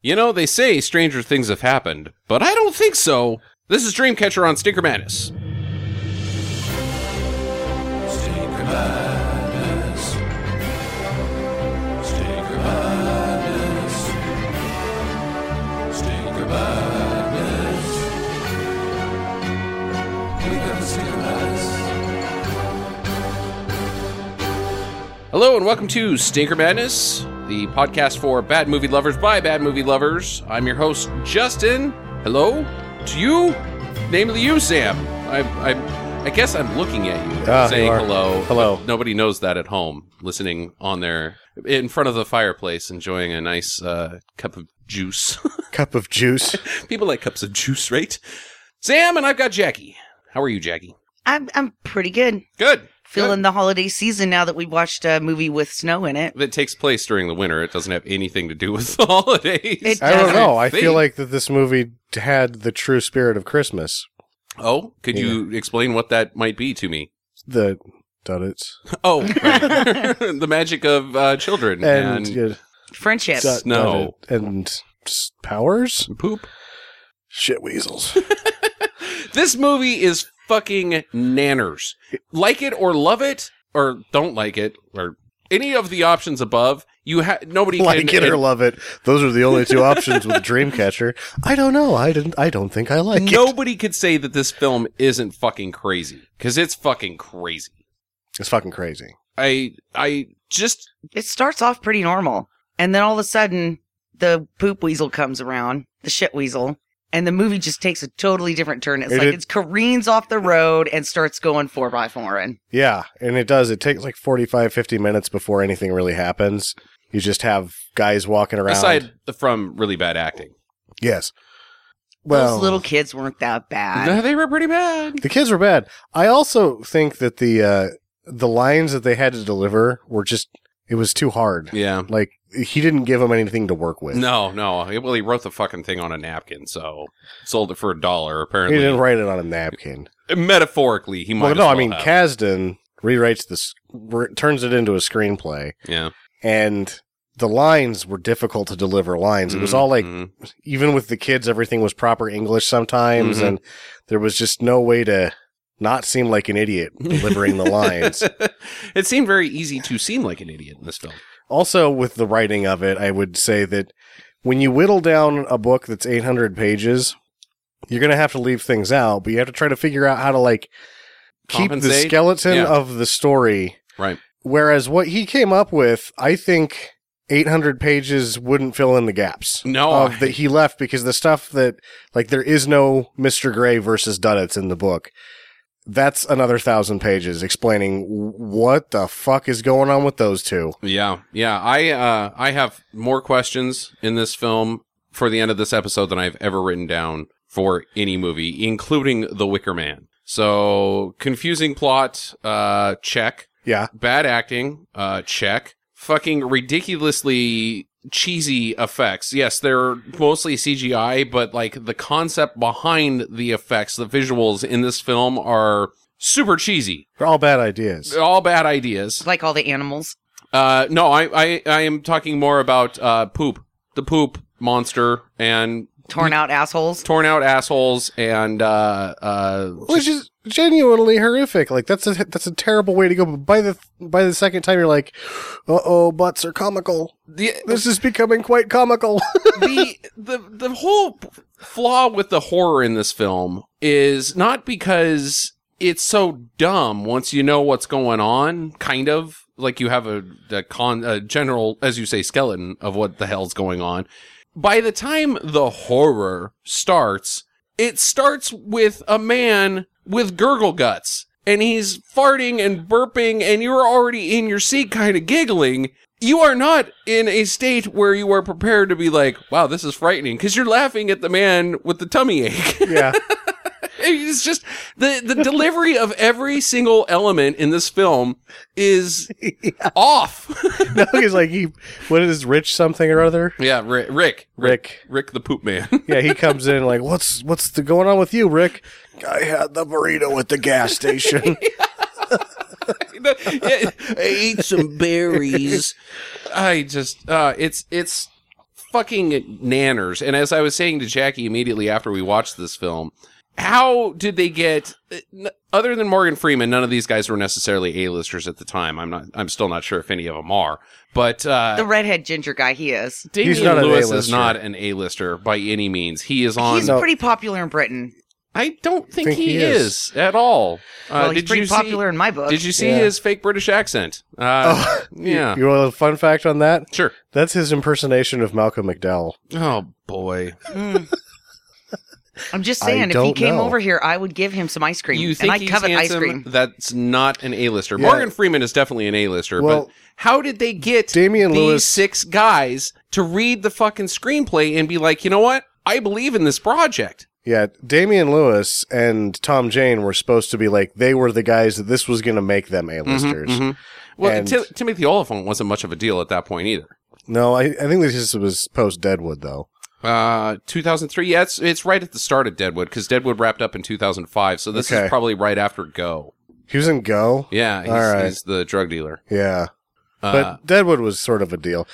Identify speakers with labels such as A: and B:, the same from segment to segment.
A: You know, they say stranger things have happened, but I don't think so. This is Dreamcatcher on Stinker Madness.
B: Stinker Madness. Stinker Madness. Stinker Madness. We got the Stinker Madness.
A: Hello and welcome to Stinker Madness, the podcast for bad movie lovers by bad movie lovers. I'm your host, Justin. Hello to you, namely you, Sam. I, I, I guess I'm looking at you,
C: Ah,
A: saying
C: you are.
A: hello.
C: Hello.
A: but Nobody knows that at home, listening on their in front of the fireplace, enjoying a nice uh, cup of juice.
C: cup of juice.
A: People like cups of juice, right? Sam and I've got Jackie. How are you, Jackie?
D: I'm I'm pretty good.
A: Good.
D: Feeling the holiday season now that we watched a movie with snow in it.
A: That takes place during the winter. It doesn't have anything to do with the holidays.
D: It-
C: I don't know. I
A: Think.
C: feel like that this movie had the true spirit of Christmas.
A: oh, could you explain what that might be to me?
C: The donuts
A: Oh, the magic of uh, children
C: and,
A: and,
C: yeah,
D: Friendships.
C: dut-
A: snow.
C: dut- and s- powers.
A: poop.
C: Shit weasels.
A: This movie is fucking nanners. Like it or love it or don't like it or any of the options above. You ha- nobody
C: like
A: can
C: it or love it. Those are the only two options with Dreamcatcher. I don't know. I didn't. I don't think I like it.
A: Nobody could say that this film isn't fucking crazy because it's fucking crazy.
C: It's fucking crazy.
A: I I just
D: It starts off pretty normal, and then all of a sudden, the poop weasel comes around, the shit weasel, and the movie just takes a totally different turn. It's
C: It
D: like
C: did-
D: it's careens off the road and starts going four by foreign.
C: Yeah, and it does. It takes like 45, 50 minutes before anything really happens. You just have guys walking around.
A: aside from really bad acting,
C: yes. Well,
D: Those little kids weren't that bad.
A: No, they were pretty bad.
C: The kids were bad. I also think that the uh, the lines that they had to deliver were just it was too hard.
A: Yeah.
C: Like he didn't give them anything to work with.
A: No, no. Well, he wrote the fucking thing on a napkin, so sold it for a dollar.
C: he
A: Apparently,
C: didn't write it on a napkin.
A: metaphorically, he might.
C: Well,
A: as
C: no, I
A: well
C: mean
A: have.
C: Kasdan rewrites this, re- turns it into a screenplay,
A: yeah.
C: and the lines were difficult to deliver. Lines. It was all like
A: Mhm.
C: even with the kids, everything was proper English sometimes,
A: Mhm.
C: and there was just no way to not seem like an idiot delivering the lines.
A: it seemed very easy to seem like an idiot in this film.
C: Also, with the writing of it, I would say that when you whittle down a book that's 800 pages, you're going to have to leave things out, but you have to try to figure out how to like keep the
A: Compensate?
C: skeleton
A: Yeah.
C: of the story.
A: Right.
C: Whereas what he came up with, I think 800 pages wouldn't fill in the gaps.
A: No,
C: Of that he left because the stuff that like there is no Mr. Gray versus Dunnitz in the book. That's another thousand pages explaining what the fuck is going on with those two.
A: Yeah, yeah. I uh, I have more questions in this film for the end of this episode than I've ever written down for any movie, including The Wicker Man. So confusing plot, uh, check.
C: Yeah.
A: Bad acting, uh, check. Fucking ridiculously cheesy effects. Yes, they're mostly CGI, but like the concept behind the effects, the visuals in this film are super cheesy.
C: They're all bad ideas.
A: All bad ideas.
D: Like all the animals.
A: Uh, no, I, I, I am talking more about uh, poop, the poop monster, and
D: Torn out assholes.
A: torn out assholes, and uh, uh,
C: Which is genuinely horrific. Like that's a that's a terrible way to go. But by the by the second time, you're like, uh oh, butts are comical.
A: the,
C: This is becoming quite comical.
A: the the the whole flaw with the horror in this film is not because it's so dumb once you know what's going on, kind of like you have a, a con a general, as you say, skeleton of what the hell's going on. By the time the horror starts, it starts with a man with gurgle guts and he's farting and burping and you're already in your seat kind of giggling you are not in a state where you are prepared to be like wow this is frightening because you're laughing at the man with the tummy ache
C: yeah,
A: it's just the the delivery of every single element in this film is off
C: no, he's like he. What is Rich something or other?
A: yeah Ri- rick
C: Rick.
A: rick the poop man
C: Yeah, he comes in like, what's what's the, going on with you, Rick? I had the burrito at the gas station.
A: I ate some berries. I just uh it's it's fucking nanners. And as I was saying to Jackie immediately after we watched this film, how did they get uh, n- other than Morgan Freeman? None of these guys were necessarily A-listers at the time. I'm not. I'm still not sure if any of them are. But uh,
D: The redhead ginger guy, he is.
A: Damian
C: He's not an
A: Lewis is
C: A-lister.
A: not an A-lister by any means. He is on.
D: He's
C: No.
D: pretty popular in Britain.
A: I don't think, he, is. at all. Uh,
D: Well, he's pretty
A: see-
D: popular in my book.
A: did you see
C: Yeah.
A: his fake British accent? Uh,
C: Oh,
A: yeah.
C: You, want a fun fact on that?
A: Sure.
C: That's his impersonation of Malcolm McDowell.
A: Oh boy.
D: Mm. I'm just
C: I
D: saying, if he
C: don't
D: came
C: know.
D: over here, I would give him some ice cream.
A: You think
D: and I
A: he's
D: covet
A: handsome?
D: ice cream.
A: That's not an A-lister.
C: Yeah.
A: Morgan Freeman is definitely an A-lister.
C: Well-
A: but how did they get
C: Damian
A: these
C: Lewis-
A: six guys to read the fucking screenplay and be like, you know what? I believe in this project.
C: Yeah, Damian Lewis and Tom Jane were supposed to be like they were the guys that this was going to make them A-listers.
A: Mhm. Well,
C: Mm-hmm, And-
A: Ti- Timothy Oliphant wasn't much of a deal at that point either.
C: No, I, I think this was post Deadwood though.
A: Uh, 2003. Yeah, it's it's right at the start of Deadwood because Deadwood wrapped up in 2005. So this
C: Okay.
A: is probably right after Go.
C: He was in Go.
A: Yeah, he's,
C: All right.
A: he's the drug dealer.
C: Yeah,
A: Uh,
C: but Deadwood was sort of a deal.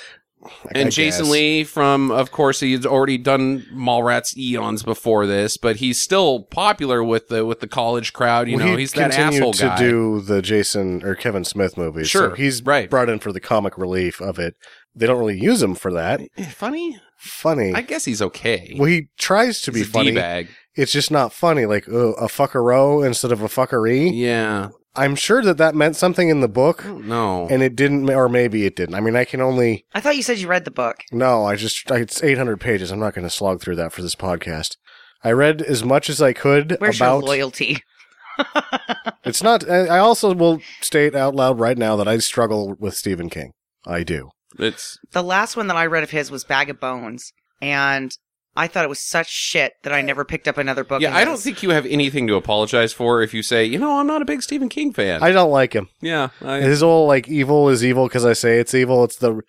A: and
C: I
A: Jason
C: guess.
A: Lee from, of course, he's already done Mallrats eons before this, but he's still popular with the with the college crowd. You
C: Well,
A: know,
C: he
A: he's that
C: continued
A: asshole
C: to
A: guy.
C: do the Jason or Kevin Smith movies. so
A: Sure,
C: he's
A: right.
C: brought in for the comic relief of it. They don't really use him for that.
A: Eh, funny?
C: Funny.
A: I guess he's okay.
C: well, he tries to be
A: he's
C: funny.
A: bag.
C: It's just not funny. Like uh, a fuckero instead of a fuckery.
A: Yeah.
C: I'm sure that that meant something in the
A: Hmm.
C: book,
A: No.
C: and it didn't, or maybe it didn't. I mean, I can only
D: I thought you said you read the book.
C: no. I just I, it's 800 pages. I'm not going to slog through that for this podcast. I read as much as I could
D: Where's
C: about.
D: your loyalty?
C: It's not. I I also will state out loud right now that I struggle with Stephen King. I do.
A: it's
D: The last one that I read of his was Bag of Bones, and I thought it was such shit that I never picked up another book. of
A: yeah. I don't
D: his.
A: think you have anything to apologize for if you say, you know, I'm not a big Stephen King fan.
C: I Uh, don't like him.
A: yeah. I,
C: His whole like evil is evil because I say it's evil. It's the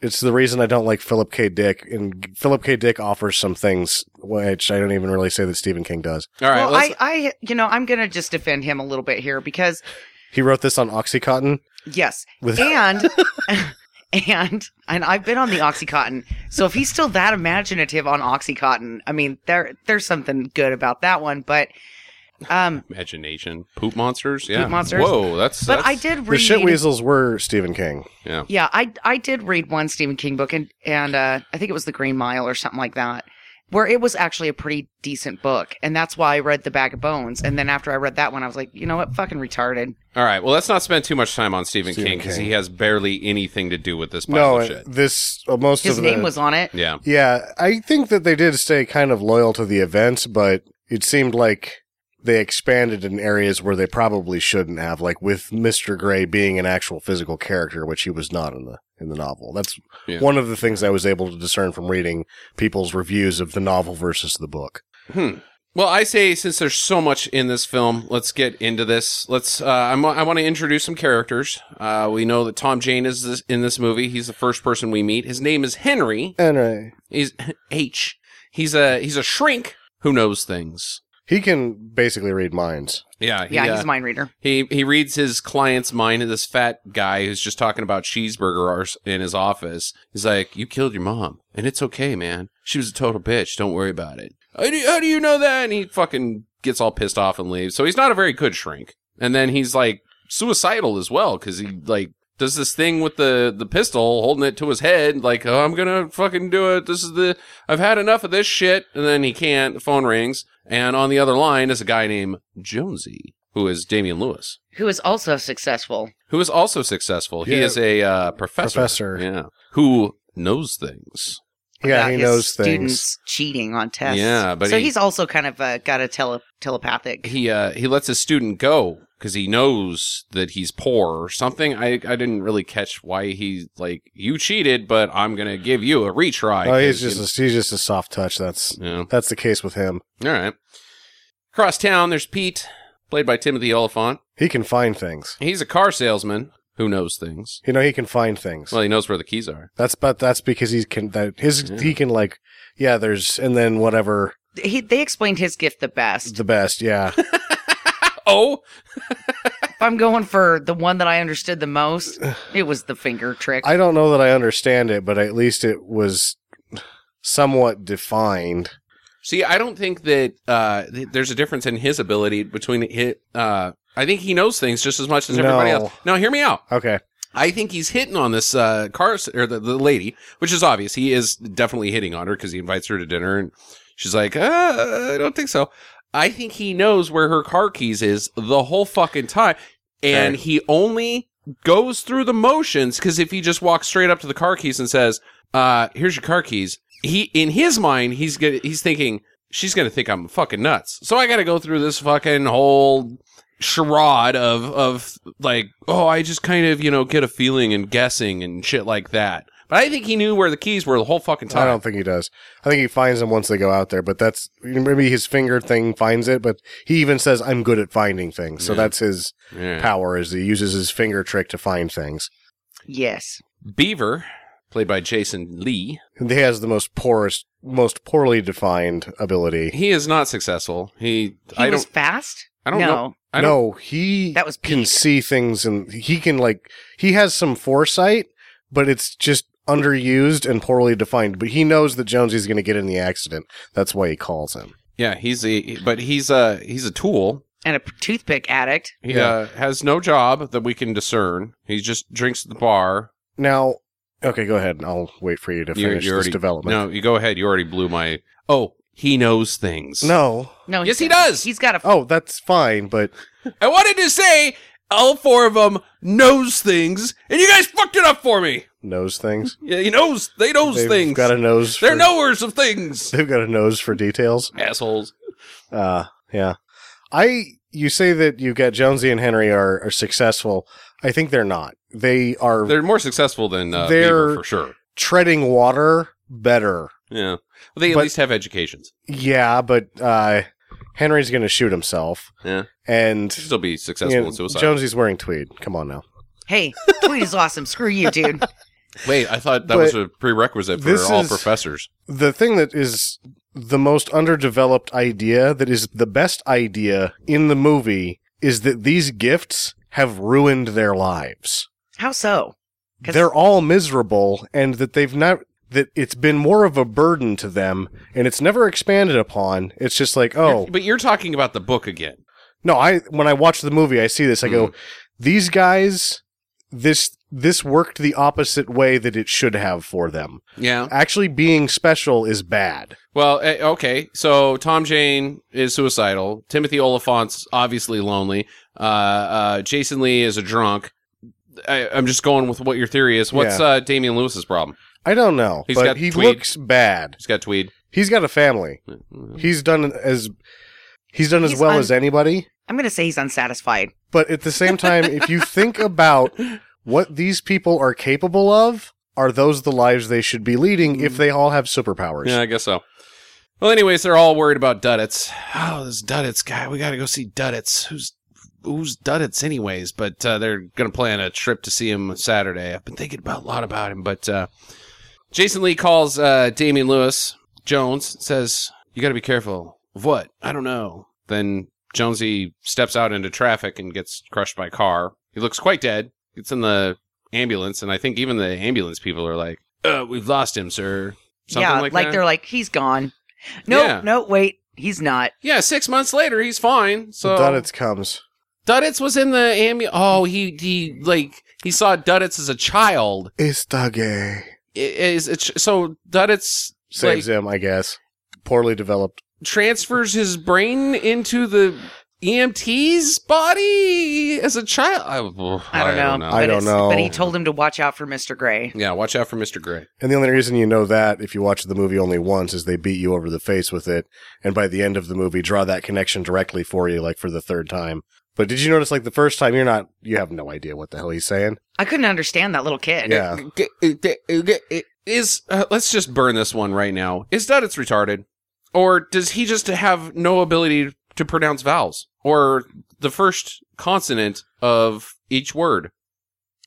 C: it's the reason I don't like Philip K. Dick. And Philip K. Dick offers some things which I don't even really say that Stephen King does.
A: all right.
D: well,
A: let's,
D: I, I, you know, I'm gonna just defend him a little bit here because
C: He wrote this on OxyContin.
D: yes,
C: With
D: and and and I've been on the OxyContin. So if he's still that imaginative on OxyContin, I mean, there there's something good about that one. But um,
A: imagination. Poop monsters. Yeah.
D: monsters.
A: Whoa. That's.
D: but
A: that's
D: I did
C: the
D: read.
C: shit weasels were Stephen King.
A: Yeah.
D: Yeah, I I did read one Stephen King book, and and uh, I think it was The Green Mile or something like that, where it was actually a pretty decent book, and that's why I read The Bag of Bones. And then after I read that one, I was like, you know what, fucking retarded.
A: All right. Well, let's not spend too much time on Stephen,
C: Stephen
A: King because
C: King.
A: he has barely anything to do with this pile
C: No,
A: of shit.
C: this uh, most
D: His
C: of
D: name
C: the,
D: was on it.
A: Yeah.
C: Yeah, I think that they did stay kind of loyal to the events, but it seemed like they expanded in areas where they probably shouldn't have, like with Mister Gray being an actual physical character, which he was not in the in the novel. That's
A: Yeah.
C: one of the things I was able to discern from reading people's reviews of the novel versus the book.
A: Hmm. Well, I say since there's so much in this film, let's get into this. Let's. Uh, I'm, I want to introduce some characters. Uh, we know that Tom Jane is this, in this movie. He's the first person we meet. His name is Henry.
C: And uh,
A: He's H. He's a he's a shrink who knows things.
C: he can basically read minds.
A: Yeah. he,
D: Yeah,
A: uh,
D: he's a mind reader.
A: He he reads his client's mind. and This fat guy who's just talking about cheeseburger ars- in his office. He's like, "You killed your mom, and it's okay, man. She was a total bitch. Don't worry about it." How do, how do you know that? And he fucking gets all pissed off and leaves. So he's not a very good shrink. And then he's like suicidal as well because he like does this thing with the the pistol, holding it to his head, like, "Oh, I'm gonna fucking do it. This is the I've had enough of this shit." And then he can't. The phone rings, and on the other line is a guy named Jonesy. Who is Damian Lewis?
D: Who is also successful.
A: who is also successful. He
C: Yeah.
A: is a uh, professor.
C: Professor.
A: Yeah. Who knows things.
C: Yeah,
D: about
C: he
D: his
C: knows things.
D: students cheating on tests.
A: Yeah, but
D: so
A: he-
D: he's also kind of uh, got a tele- telepathic.
A: He uh, he lets his student go because he knows that he's poor or something. I, I didn't really catch why he like you cheated, but I'm gonna give you a retry.
C: Oh, he's
A: 'cause
C: just a, he's just a soft touch. That's
A: you, yeah.
C: that's the case with him.
A: All right. Across town, there's Pete, played by Timothy Oliphant.
C: He can find things.
A: He's a car salesman who knows things.
C: You know, he can find things.
A: Well, he knows where the keys are.
C: That's but that's because he can that his
A: Yeah.
C: he can like yeah there's and then whatever
D: He, they explained his gift the best.
C: the best yeah
A: Oh,
D: If I'm going for the one that I understood the most, it was the finger trick.
C: I don't know that I understand it but at least it was somewhat defined.
A: See, I don't think that uh, th- there's a difference in his ability between hit. Uh, I think he knows things just as much as everybody
C: No.
A: else. Now, hear me out.
C: Okay.
A: I think he's hitting on this uh, car or the, the lady, which is obvious. He is definitely hitting on her because he invites her to dinner, and she's like, uh, "I don't think so." I think he knows where her car keys is the whole fucking time, and
C: Okay.
A: he only goes through the motions because if he just walks straight up to the car keys and says, uh, "Here's your car keys," he in his mind he's gonna, he's thinking she's gonna think I'm fucking nuts, so I got to go through this fucking whole charade of of like oh i just kind of you know get a feeling and guessing and shit like that but i think he knew where the keys were the whole fucking
C: I
A: time
C: don't think he does. I think he finds them once they go out there, but that's maybe his finger thing finds it, but he even says, I'm good at finding things. So
A: Yeah.
C: that's his
A: Yeah.
C: power is he uses his finger trick to find things.
D: Yes.
A: beaver played by jason lee
C: And He has the most porous, most poorly defined ability.
A: he is not successful he,
D: He
A: i
D: was
A: don't
D: fast?
A: i don't
D: no.
A: know i don't
C: No, he
D: That was
C: can
D: Pete.
C: see things and he can like he has some foresight, but it's just underused and poorly defined. But he knows that Jonesy's going to get in the accident. That's why he calls him.
A: yeah he's a but he's a he's a tool
D: And a p- toothpick addict.
A: he
C: Yeah.
A: uh, has no job that we can discern he just drinks at the bar
C: Now, okay, go ahead. and I'll wait for you to
A: You-
C: finish
A: you
C: this
A: already-
C: development.
A: no you go ahead you already blew my oh he knows things
C: no.
D: No.
A: Yes, he
D: doesn't.
A: does.
D: He's got a. f-
C: Oh, that's fine, but
A: I wanted to say all four of them knows things, and you guys fucked it up for me.
C: nose things.
A: Yeah, he knows. They knows
C: They've
A: things.
C: got a nose.
A: They're
C: for-
A: knowers of things.
C: They've got a nose for details.
A: Assholes.
C: Uh, yeah. I you say that you got Jonesy and Henry are, are successful. I think they're not. They are
A: They're more successful than uh,
C: They're-
A: Beaver for sure.
C: treading water better.
A: Yeah. Well, they at
C: But-
A: least have educations.
C: Yeah, but uh, Henry's going to shoot himself.
A: Yeah.
C: And
A: Still be successful
C: you know,
A: in suicide.
C: Jonesy's wearing tweed. Come on now.
D: Hey, Tweet is awesome. Screw you, dude.
A: Wait, I thought that
C: But
A: was a prerequisite for
C: this
A: all
C: is-
A: professors.
C: The thing that is the most underdeveloped idea that is the best idea in the movie is that these gifts have ruined their lives.
D: How so? 'Cause-
C: they're all miserable and that they've not that it's been more of a burden to them and it's never expanded upon it's just like oh
A: You're- but you're talking about the book again.
C: no i when i watch the movie i see this i
A: Mm-hmm.
C: go these guys this this worked the opposite way that it should have for them
A: Yeah.
C: actually being special is bad
A: Well, eh, okay. So Tom Jane is suicidal. Timothy Oliphant's obviously lonely. Uh, uh, Jason Lee is a drunk. I, I'm just going with what your theory is. What's
C: Yeah.
A: uh, Damian Lewis's problem?
C: i don't know
A: He's
C: but
A: got
C: he
A: tweed.
C: looks bad
A: He's got tweed.
C: he's got a family
A: Mm-hmm.
C: he's done as he's done as
D: He's
C: well
D: un-
C: as anybody
D: I'm going to say he's unsatisfied.
C: But at the same time, if you think about what these people are capable of, are those the lives they should be leading if they all have superpowers?
A: Mm-hmm. Yeah, I guess so. Well, anyways, they're all worried about Duddits. Oh, this Duddits guy. We got to go see Duddits. Who's who's Duddits, anyways? But uh, they're gonna plan a trip to see him Saturday. I've been thinking about a lot about him. But uh, Jason Lee calls uh, Damian Lewis Jones. Says you got to be careful. Of what? I don't know. Then Jonesy steps out into traffic and gets crushed by a car. He looks quite dead. Gets in the ambulance, and I think even the ambulance people are like, uh, "We've lost him, sir." Something
D: yeah,
A: like, that.
D: they're like, he's gone. No,
A: Yeah.
D: no, wait. He's not.
A: Yeah, six months later, he's fine. So
C: Duddits comes.
A: Duddits was in the ambu. Oh, he he like he saw Duddits as a child.
C: Está gay.
A: I- Is it, so Duddits
C: Saves
A: like,
C: him, I guess. Poorly developed.
A: transfers his brain into the EMT's body as a child. I, oh,
D: I don't know.
C: I
D: but
C: don't
D: it's-
C: know.
D: But he told him to watch out for Mr. Gray.
A: Yeah, watch out for Mister Gray.
C: And the only reason you know that if you watch the movie only once is they beat you over the face with it. And by the end of the movie, draw that connection directly for you, like for the third time. But did you notice, like, the first time you're not, you have no idea what the hell he's saying?
D: I couldn't understand that little kid.
C: Yeah.
A: Is uh, let's just burn this one right now. Is Duddits retarded, or does he just have no ability to pronounce vowels or the first consonant of each word?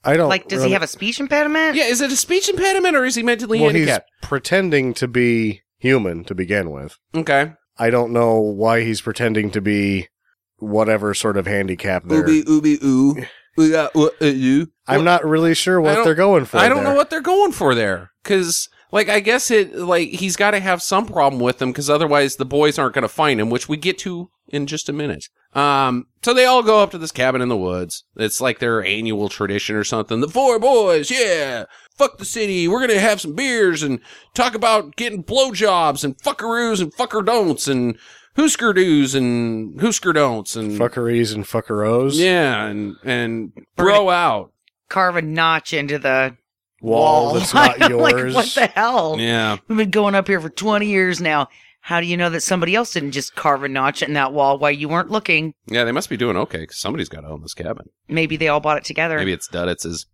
C: I don't.
D: Like, does he have a speech impediment?
A: Yeah, is it a speech impediment or is he mentally
C: Well, he's
A: handicapped?
C: pretending to be human to begin with.
A: Okay,
C: I don't know why he's pretending to be whatever sort of handicap there.
A: ooby ooh.
C: I'm not really sure
A: I
C: what
A: don't-
C: they're going for.
A: I don't
C: there.
A: know what they're going for there because Like I guess it like he's got to have some problem with them because otherwise the boys aren't going to find him, which we get to in just a minute. Um, so they all go up to this cabin in the woods. It's like their annual tradition or something. The four boys, yeah, fuck the city. We're gonna have some beers and talk about getting blowjobs and fuckaroos and fucker don'ts and hoosker do's and hoosker don'ts and
C: Fuckeries and fuckeros.
A: yeah and and bro out.
D: Carve a notch into the
C: Wall
D: wall.
C: that's not
D: I'm like,
C: yours.
D: what the hell?
A: Yeah,
D: We've been going up here for 20 years now. How do you know that somebody else didn't just carve a notch in that wall while you weren't looking?
A: yeah, they must be doing okay because somebody's got to own this cabin.
D: Maybe they all bought it together.
A: Maybe it's Duddits is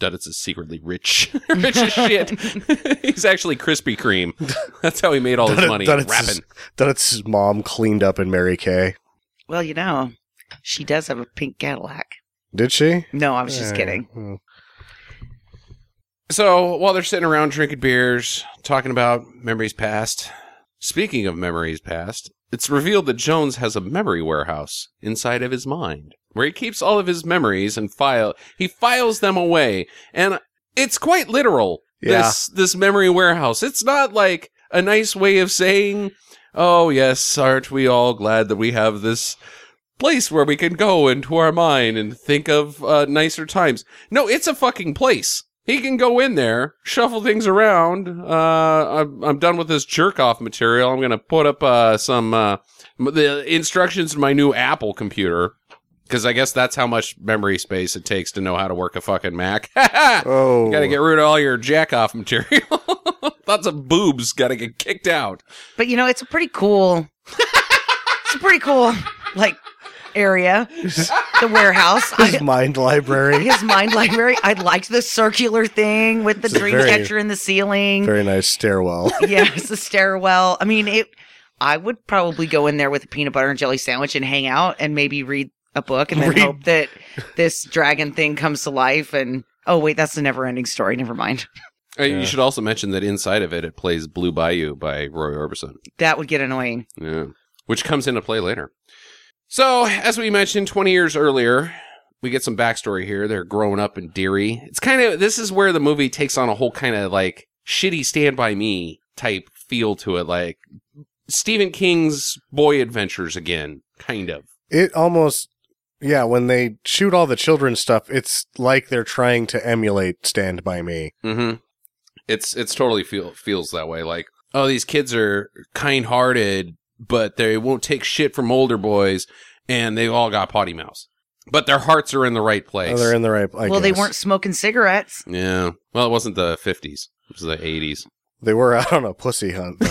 A: Duddits is secretly rich, rich as shit. He's actually Krispy Kreme. That's how he made all his money rapping.
C: Duditz's, Duditz's mom cleaned up in Mary Kay.
D: Well, you know, she does have a pink Cadillac.
C: Did she?
D: No, I was just Oh, kidding.
A: So while they're sitting around drinking beers, talking about memories past. Speaking of memories past, it's revealed that Jones has a memory warehouse inside of his mind where he keeps all of his memories and file he files them away and it's quite literal
C: Yeah.
A: this this memory warehouse it's not like a nice way of saying oh yes aren't we all glad that we have this place where we can go into our mind and think of uh, nicer times. No, it's a fucking place. He can go in there, shuffle things around. Uh, I'm, I'm done with this jerk off material. I'm going to put up uh, some uh, m- the instructions to my new Apple computer because I guess that's how much memory space it takes to know how to work a fucking Mac.
C: Oh,
A: You gotta get rid of all your jack off material. Lots of boobs gotta get kicked out.
D: But you know, it's a pretty cool. it's a pretty cool, like, area. The warehouse. I,
C: his mind library.
D: his mind library. I liked the circular thing with the
C: It's a
D: dream
C: very-
D: catcher in the ceiling.
C: Very nice stairwell.
D: yes, the stairwell. I mean, it. I would probably go in there with a peanut butter and jelly sandwich and hang out and maybe read a book and then
C: Read-
D: hope that this dragon thing comes to life. And oh wait, that's the never-ending story. Never mind.
A: Uh,
C: Yeah.
A: You should also mention that inside of it, it plays Blue Bayou by Roy Orbison.
D: That would get annoying.
A: Yeah. Which comes into play later. So, as we mentioned 20 years earlier, we get some backstory here. They're growing up in Deary. It's kind of, this is where the movie takes on a whole kind of like shitty Stand By Me type feel to it. Like Stephen King's boy adventures again, kind of.
C: it almost, yeah. When they shoot all the children's stuff, it's like they're trying to emulate Stand by Me.
A: Mm-hmm. It's it's totally feel feels that way. Like, oh, these kids are kind hearted, but they won't take shit from older boys, and they all got potty mouths. But their hearts are in the right place.
C: Oh, they're in the right. I
D: well, they
C: guess.
D: weren't smoking cigarettes.
A: yeah. Well, it wasn't the fifties. It was the eighties.
C: They were out on a pussy hunt though.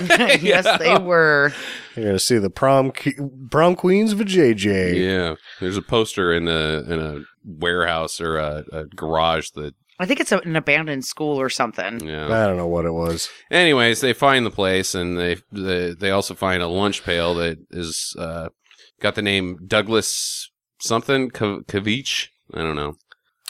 D: yes, they were.
C: You're gonna see the prom que- prom queens of JJ.
A: Yeah. There's a poster in a in a warehouse or a, a garage that
D: I think it's a, an abandoned school or something.
A: yeah.
C: I don't know what it was.
A: Anyways, they find the place, and they they, they also find a lunch pail that is uh, got the name Douglas something Ka- Kavich. I don't know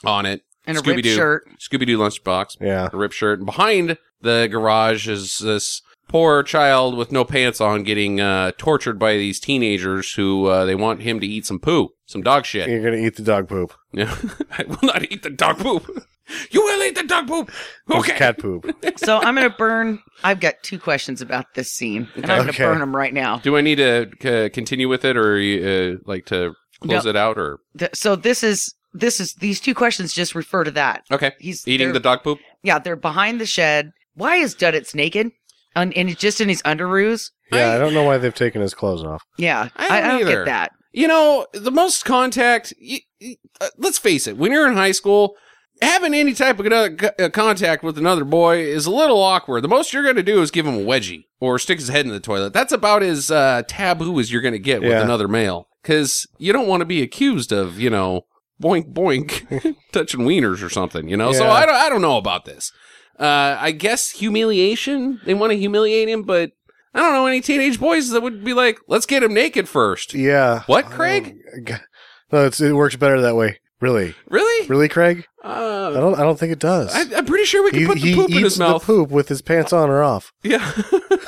A: on it.
D: And a ripped
A: Scooby-Doo.
D: shirt.
A: Scooby Doo lunchbox,
C: Yeah,
A: a rip shirt, and behind the garage is this poor child with no pants on getting uh, tortured by these teenagers who uh, they want him to eat some poo, some dog shit.
C: you're gonna eat the dog poop.
A: Yeah. I will not eat the dog poop. You will eat the dog poop.
C: It's
A: Okay.
C: cat poop.
D: So I'm going to burn. I've got two questions about this scene, and I'm going to
C: Okay.
D: burn them right now.
A: Do I need to c- continue with it, or you, uh, like to close it out, or
D: Th- So this is this is these two questions just refer to that.
A: okay?
D: He's
A: Eating
D: they're-
A: the dog poop.
D: Yeah, they're behind the shed. Why is Duddits naked? And, and it's just in his underoos?
C: Yeah,
A: I-
C: I don't know why they've taken his clothes off.
D: Yeah.
A: I
D: I
A: don't
D: I don't,
A: either.
D: get that.
A: You know, the most contact. y y- uh, let's face it. When you're in high school, having any type of another c- uh, contact with another boy is a little awkward. The most you're going to do is give him a wedgie or stick his head in the toilet. That's about as uh, taboo as you're going to get with
C: Yeah.
A: another male, because you don't want to be accused of, you know, boink boink, touching wieners or something. You know, so
C: Yeah.
A: I don't. I don't know about this. Uh, I guess humiliation. They want to humiliate him, but. I don't know any teenage boys that would be like, let's get him naked first.
C: Yeah.
A: What, Craig?
C: Oh, g- no, it's, it works better that way. Really,
A: Really?
C: really, Craig? I
A: Uh,
C: don't. I don't think it does.
A: I, I'm pretty sure we can
C: he
A: put the
C: he
A: poop
C: eats
A: in his
C: the
A: mouth.
C: poop with his pants on or off.
A: Yeah.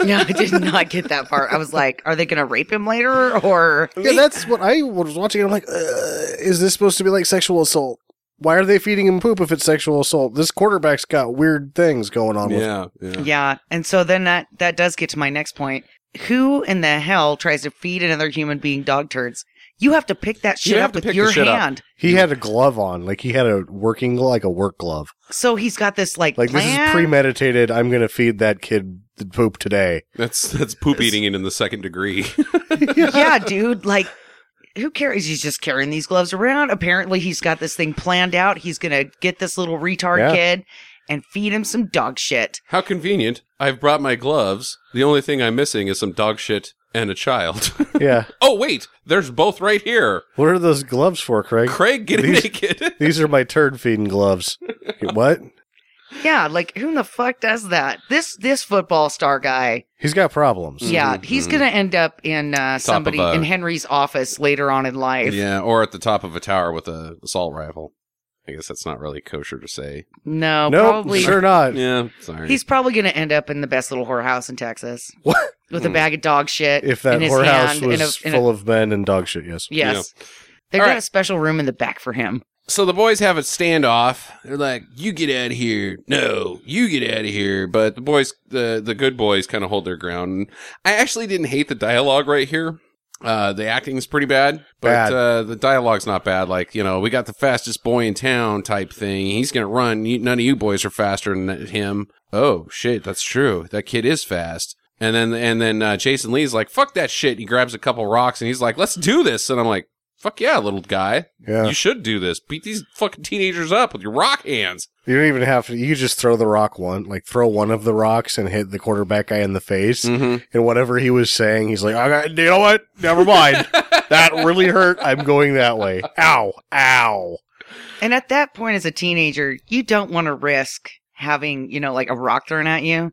D: No, I did not get that part. I was like, are they going to rape him later? Or
C: Yeah, that's what I was watching. I'm like, uh, is this supposed to be like sexual assault? Why are they feeding him poop if it's sexual assault? This quarterback's got weird things going on with
A: Yeah, yeah.
D: Yeah. And so then that that does get to my next point. Who in the hell tries to feed another human being dog turds? You have to pick that shit
A: have
D: up
A: to
D: with
A: pick the
D: your
A: shit up.
D: hand.
C: He had a glove on, like he had a working like a work glove.
D: So he's got this like,
C: Like this
D: plan.
C: is premeditated. I'm going to feed that kid the poop today.
A: That's that's poop eating it in the second degree.
D: yeah, dude. Like, who cares? He's just carrying these gloves around. Apparently, he's got this thing planned out. He's gonna get this little retard
C: Yeah.
D: kid and feed him some dog shit.
A: How convenient! I've brought my gloves. The only thing I'm missing is some dog shit and a child.
C: Yeah.
A: oh wait, there's both right here.
C: what are those gloves for, Craig?
A: Craig getting
C: These-
A: naked.
C: These are my turd feeding gloves. what?
D: Yeah, like who in the fuck does that? This this football star guy.
C: He's got problems.
D: Yeah, he's gonna end up in uh, somebody
A: Mm-hmm. a-
D: in Henry's office later on in life.
A: yeah, or at the top of a tower with a assault rifle. I guess that's not really kosher to say.
D: No,
C: nope,
D: probably.
C: sure not.
A: Yeah, sorry.
D: He's probably going to end up in the best little whorehouse in Texas
C: What?
D: with a bag of dog shit.
C: Hmm. If that
D: in his
C: whorehouse
D: hand, in
C: was
D: a- in a-
C: full of men and dog shit, yes.
D: yes, they've
A: All
D: got
A: right.
D: a special room in the back for him.
A: so the boys have a standoff. They're like, "You get out of here! No, you get out of here!" But the boys, the the good boys, kind of hold their ground. I actually didn't hate the dialogue right here. Uh, the acting's pretty bad, but
C: Bad.
A: Uh, the dialogue's not bad. Like you know, we got the fastest boy in town type thing. He's gonna run. You, none of you boys are faster than him. Oh shit, that's true. That kid is fast. And then and then uh, Jason Lee's like, "Fuck that shit." He grabs a couple rocks and he's like, "Let's do this." And I'm like, "Fuck yeah, little guy."
C: Yeah.
A: You should do this. Beat these fucking teenagers up with your rock hands.
C: You don't even have to. You just throw the rock one, like throw one of the rocks and hit the quarterback guy in the face.
A: Mm-hmm.
C: And whatever he was saying, he's like, I got, you know what? Never mind. that really hurt. I'm going that way. Ow. Ow.
D: And at that point, as a teenager, you don't want to risk having, you know, like a rock thrown at you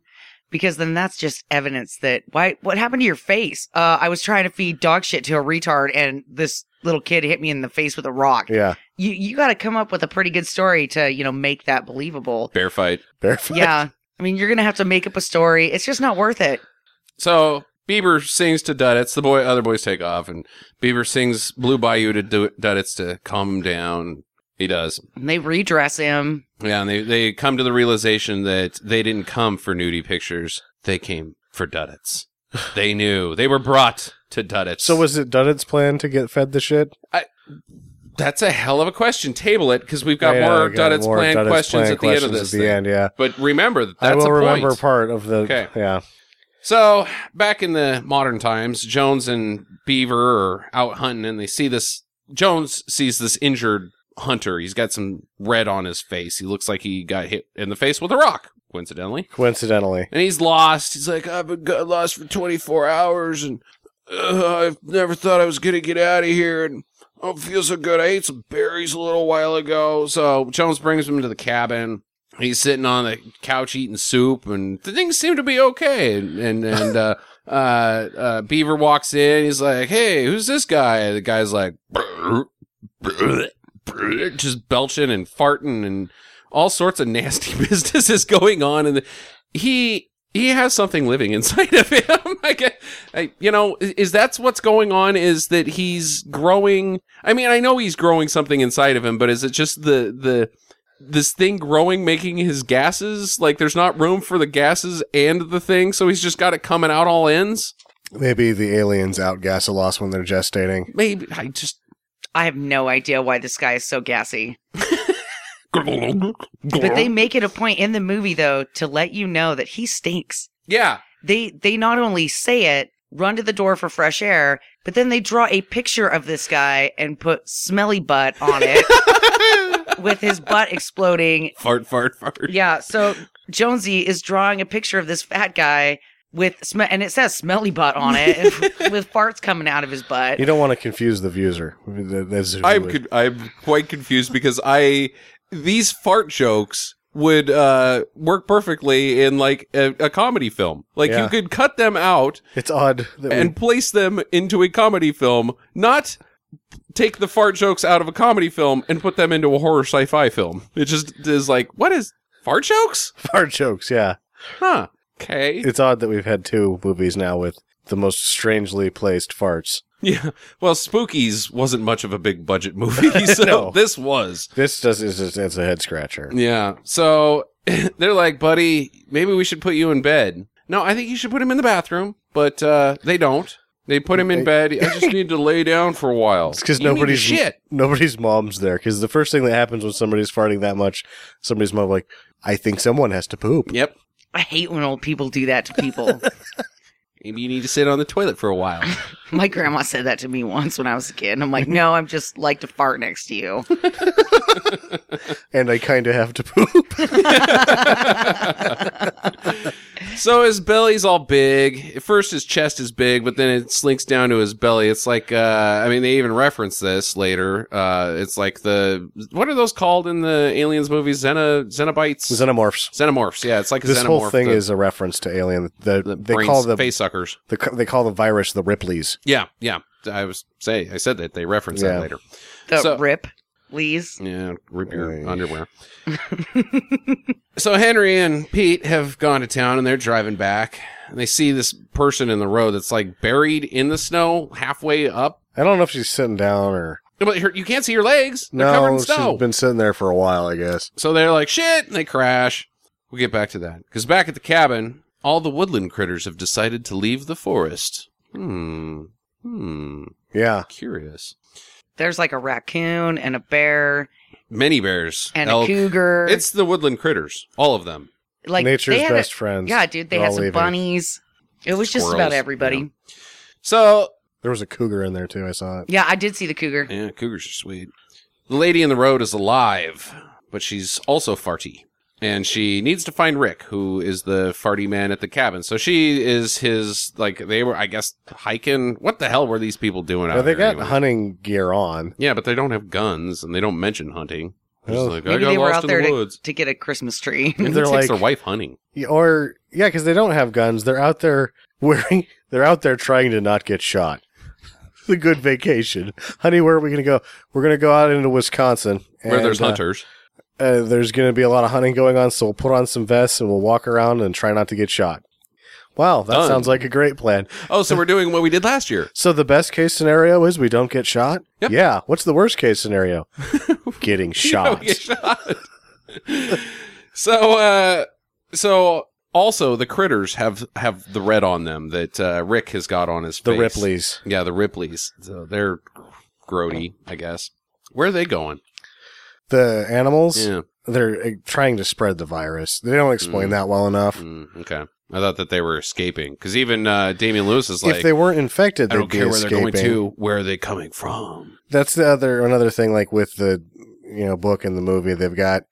D: because then that's just evidence that why, what happened to your face? Uh, I was trying to feed dog shit to a retard and this little kid hit me in the face with a rock.
C: Yeah.
D: You, you got to come up with a pretty good story to, you know, make that believable.
A: Bear fight.
C: Barefoot.
D: Yeah. I mean, you're going to have to make up a story. It's just not worth it.
A: So Bieber sings to Duddits. The boy, other boys take off, and Bieber sings Blue Bayou to Du- Duddits to calm him down. He does.
D: And they redress him.
A: Yeah, and they, they come to the realization that they didn't come for nudie pictures. They came for Duddits. they knew. They were brought to Duddits.
C: So was it Dunnet's plan to get fed the shit?
A: That's a hell of a question. Table it, because we've got
C: Yeah,
A: more
C: we got
A: Duddits
C: more
A: plan
C: Dunnet's
A: questions
C: plan
A: at the end of
C: questions
A: this
C: at the
A: thing.
C: end, yeah.
A: But remember that
C: I
A: that's
C: will
A: a
C: remember
A: point.
C: part of the.
A: Okay.
C: Yeah.
A: So back in the modern times, Jones and Beaver are out hunting, and they see this. Jones sees this injured hunter. He's got some red on his face. He looks like he got hit in the face with a rock, coincidentally,
C: Coincidentally.
A: and he's lost. He's like, I've been got lost for 24 hours, and uh, I never thought I was gonna get out of here, and I don't feel so good. I ate some berries a little while ago. So Jones brings him to the cabin. He's sitting on the couch eating soup, and the things seem to be okay. And and, and uh, uh, uh, Beaver walks in. He's like, "Hey, who's this guy?" And the guy's like, "Brr, brr, brr," just belching and farting, and all sorts of nasty business is going on. And he he has something living inside of him. I guess, I, you know, i- is that's what's going on? Is that he's growing? I mean, I know he's growing something inside of him, but is it just the the this thing growing, making his gases like there's not room for the gases and the thing, so he's just got it coming out all ends?
C: Maybe the aliens outgas a loss when they're gestating.
A: Maybe I just
D: I have no idea why this guy is so gassy. But
A: but
D: they make it a point in the movie though to let you know that he stinks.
A: yeah
D: They they not only say it, run to the door for fresh air, but then they draw a picture of this guy and put smelly butt on it with his butt exploding.
A: fart fart fart.
D: Yeah, so Jonesy is drawing a picture of this fat guy with sm- and it says smelly butt on it with farts coming out of his butt.
C: You don't want to confuse the viewer. That's who
A: I'm
C: would-
A: con- I'm quite confused because I these fart jokes would uh, work perfectly in like a, a comedy film. Like
C: Yeah.
A: you could cut them out
C: it's odd that
A: and place them into a comedy film, not take the fart jokes out of a comedy film and put them into a horror sci-fi film. It just is like, what is fart jokes?
C: we fart jokes. Yeah,
A: Huh. Okay.
C: it's odd that we've had two movies now with the most strangely placed farts.
A: Yeah. Well, Spookies wasn't much of a big budget movie, so
C: No.
A: this was.
C: This does is is- it's a head scratcher.
A: Yeah. So they're like, buddy, maybe we should put you in bed. No, I think you should put him in the bathroom, but uh, they don't. They put him in bed. I just need to lay down for a while.
C: It's because
A: You need to
C: nobody's
A: shit.
C: nobody's mom's there. Because the first thing that happens when somebody's farting that much, somebody's mom like, I think someone has to poop.
A: Yep.
D: I hate when old people do that to people.
A: Maybe you need to sit on the toilet for a while.
D: My grandma said that to me once when I was a kid. And I'm like, no, I'm just like to fart next to you.
C: And I kind of have to poop.
A: so his belly's all big. At first, his chest is big, but then it slinks down to his belly. It's like, uh, I mean, they even reference this later. Uh, it's like the what are those called in the aliens movies? Xena, Xenobites,
C: Xenomorphs.
A: Xenomorphs. Yeah, it's like a
C: This
A: xenomorph.
C: whole thing
A: the-
C: is a reference to Alien. The,
A: the
C: they
A: brains-
C: call the,
A: face suckers.
C: the co- they call the virus the Ripley's.
A: Yeah, yeah. I was say I said that they reference
C: Yeah.
A: that later.
D: The
A: So-
D: rip, please.
A: Yeah, rip your
C: Oy.
A: underwear. so Henry and Pete have gone to town and they're driving back. And they see this person in the road that's like buried in the snow halfway up.
C: I don't know if she's sitting down or
A: But her, you can't see her legs. They're covered
C: no.
A: in
C: She's
A: snow.
C: been sitting there for a while, I guess.
A: so they're like, shit, and they crash. We'll get back to that. Because back at the cabin, all the woodland critters have decided to leave the forest. Hmm. Hmm.
C: Yeah,
A: Curious.
D: There's like a raccoon and a bear
A: Many bears.
D: and
A: elk.
D: a cougar.
A: It's the woodland critters. All of them.
D: like
C: nature's
D: they had a-
C: best friends.
D: yeah, dude. They
C: They're
D: had
C: all
D: some
C: leaving.
D: bunnies. It was just about
A: Squirrels,
D: everybody.
A: yeah. So
C: There was a cougar in there too. I saw it.
D: Yeah, I did see the cougar.
A: Yeah, cougars are sweet. The lady in the road is alive, but she's also farty. And she needs to find Rick, who is the farty man at the cabin. So she is his, like, they were, I guess, hiking. What the hell were these people doing out
C: Now, they
A: there?
C: got
A: anyway?
C: hunting gear on.
A: yeah, but they don't have guns and they don't mention hunting. They're just
C: Well,
A: like, I
D: Maybe
A: got
D: they were
A: lost
D: out
A: in
D: there
A: the
D: to,
A: woods.
D: to get a Christmas tree.
A: Maybe
C: Oh. They're
A: they takes
C: like-
A: their wife hunting.
C: Yeah, Or yeah, because they don't have guns. They're out there wearing. They're out there trying to not get shot. the good vacation, honey. Where are we gonna go? We're gonna go out into Wisconsin.
A: Where there's
C: and, uh,
A: hunters.
C: uh, there's gonna be a lot of hunting going on, so we'll put on some vests and we'll walk around and try not to get shot. Wow, that
A: Done.
C: sounds like a great plan.
A: Oh, so we're doing what we did last year.
C: So the best case scenario is we don't get shot.
A: Yep.
C: Yeah. What's the worst case scenario? Getting shot.
A: You don't get shot. so, uh, so also the critters have have the red on them that uh, Rick has got on his
C: the
A: face.
C: Ripleys.
A: yeah, the Ripleys. So they're grody, I guess. Where are they going?
C: The animals.
A: Yeah,
C: They're uh, trying to spread the virus. They don't explain
A: Mm.
C: that well enough.
A: mm, okay. I thought that they were escaping because even uh, Damian Lewis is
C: if
A: like,
C: they weren't infected,
A: I
C: they'd
A: don't
C: be
A: care where
C: escaping.
A: they're going to. Where are they coming from?
C: That's the other another thing. Like with the you know book and the movie, they've got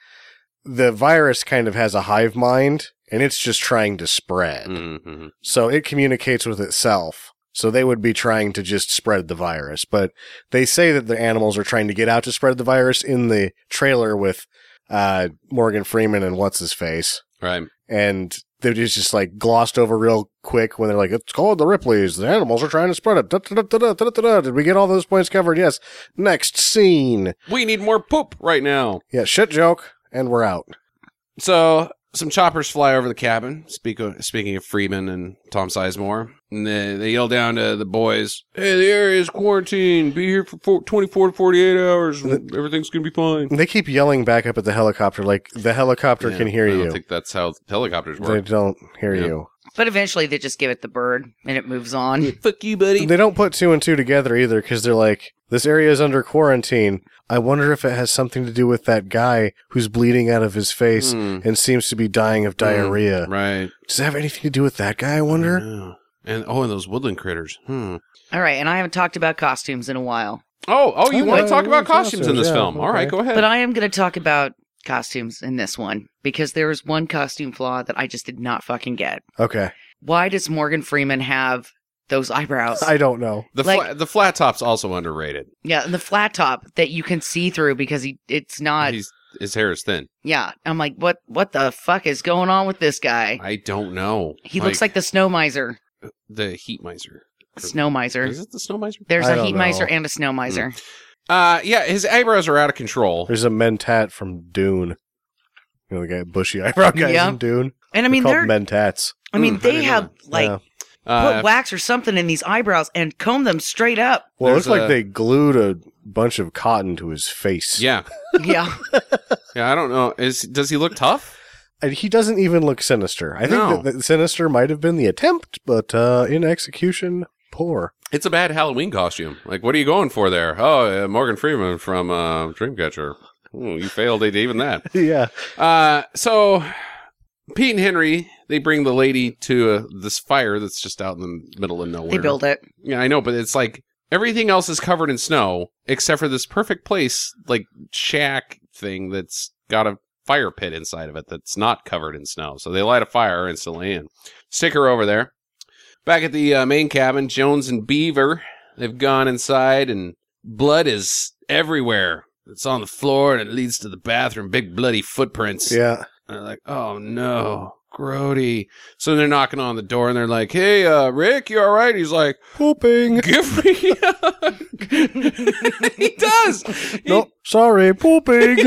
C: the virus kind of has a hive mind, and it's just trying to spread.
A: Mm-hmm.
C: So it communicates with itself. So they would be trying to just spread the virus, but they say that the animals are trying to get out to spread the virus in the trailer with uh, Morgan Freeman and what's his face,
A: Right.
C: and they're just, just like glossed over real quick when they're like, "It's called the Ripley's. The animals are trying to spread it." Da, da, da, da, da, da, da, da. Did we get all those points covered? Yes. Next scene.
A: We need more poop right now.
C: Yeah, shit joke, and we're out.
A: So some choppers fly over the cabin. Speak of, speaking of Freeman and Tom Sizemore, and they, they yell down to the boys, "Hey, the area is quarantined. Be here for four, 24 to forty-eight hours. and Everything's gonna be fine."
C: They keep yelling back up at the helicopter, like the helicopter can hear
A: I don't
C: you.
A: think that's how helicopters
C: they
A: work.
C: don't hear
A: Yeah.
C: you.
D: But eventually they just give it the bird and it moves on.
A: Fuck you, buddy.
C: They don't put two and two together either because they're like, this area is under quarantine. I wonder if it has something to do with that guy who's bleeding out of his face
A: Mm,
C: and seems to be dying of diarrhea.
A: Hmm. right.
C: Does it have anything to do with that guy, I wonder?
A: Yeah. And oh, and those woodland critters. Hmm.
D: All right, and I haven't talked about costumes in a while,
A: Oh, oh, you
C: Oh,
A: want
C: yeah,
A: to talk
C: yeah,
A: about costumes, in
C: costumes,
A: this
C: yeah,
A: film? All right,
C: okay.
A: go ahead.
D: but I am going to talk about costumes in this one because there was one costume flaw that I just did not fucking get.
C: Okay.
D: Why does Morgan Freeman have those eyebrows?
C: I don't know.
A: the
D: like-
A: fla- the flat top's also underrated.
D: yeah, and the flat top that you can see through because he it's not.
A: He's his hair is thin.
D: yeah, I'm like, what what the fuck is going on with this guy?
A: I don't know.
D: He looks like the snow miser.
A: the heat miser.
D: Snow miser.
A: Is it the snow miser?
D: There's
C: I
D: a
C: don't
D: heat miser
C: know.
D: and a snow miser.
A: Uh, yeah, his eyebrows are out of control.
C: There's a mentat from Dune. You know, the guy, bushy eyebrow guys
D: Yeah.
C: in Dune.
D: And
C: I
D: I mean,
C: mean,
D: they're.
C: called mentats.
D: I
A: Mm,
D: mean,
A: I
D: they
A: didn't know
D: have like
C: Yeah.
A: Uh,
D: Put wax or something in these eyebrows and comb them straight up.
C: Well, it
A: There's
C: looks like
A: a-
C: they glued a bunch of cotton to his face.
A: yeah,
D: Yeah.
A: yeah. I don't know. Is does he look tough?
C: And he doesn't even look sinister. I think
A: No.
C: that, that sinister might have been the attempt, but uh, in execution, poor.
A: It's a bad Halloween costume. Like, what are you going for there? Oh, uh, Morgan Freeman from uh, Dreamcatcher. Ooh, you failed at even that.
C: yeah.
A: Uh, so Pete and Henry they bring the lady to uh, this fire that's just out in the middle of nowhere.
D: they build it.
A: Yeah, I know, but it's like everything else is covered in snow except for this perfect place, like shack thing that's got a fire pit inside of it that's not covered in snow. So they light a fire instantly and stick her over there. Back at the uh, main cabin, Jones and Beaver they've gone inside and blood is everywhere. It's on the floor and it leads to the bathroom. Big bloody footprints.
C: Yeah.
A: And they're like, oh no, Grody. So they're knocking on the door and they're like, hey, uh, Rick, you all right? He's like,
C: Pooping.
A: give me a hug." he does. He-
C: Nope. Sorry. Pooping.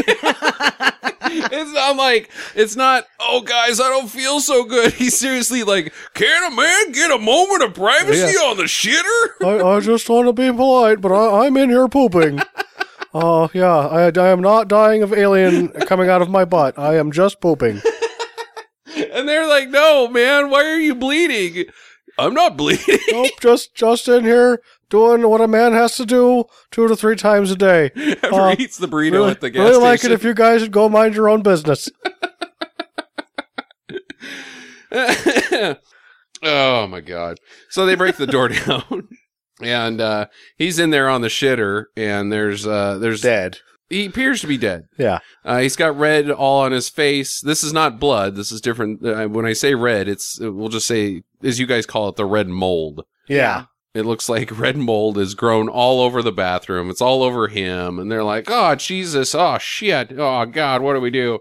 A: It's not like, it's not, oh guys, I don't feel so good. He's seriously like, can a man get a moment of privacy
C: Yeah.
A: on the shitter?
C: I, I just want to be polite, but I, I'm in here pooping. Oh, yeah. I, I am not dying of alien coming out of my butt. I am just pooping.
A: And they're like, no, man, why are you bleeding? I'm not bleeding.
C: Nope. Just, just in here doing what a man has to do two to three times a day.
A: Ever
C: Uh,
A: eats the burrito
C: really,
A: at the gas
C: really like it
A: station.
C: if you guys would go mind your own business.
A: oh my god. So they break the door down. And uh he's in there on the shitter and there's uh there's
C: Dead.
A: he appears to be dead.
C: Yeah.
A: Uh, he's got red all on his face. This is not blood. This is different. Uh, when I say red, it's we'll just say as you guys call it the red mold.
C: Yeah.
A: It looks like red mold has grown all over the bathroom. It's all over him. And they're like, oh, Jesus. Oh, shit. Oh, God. What do we do?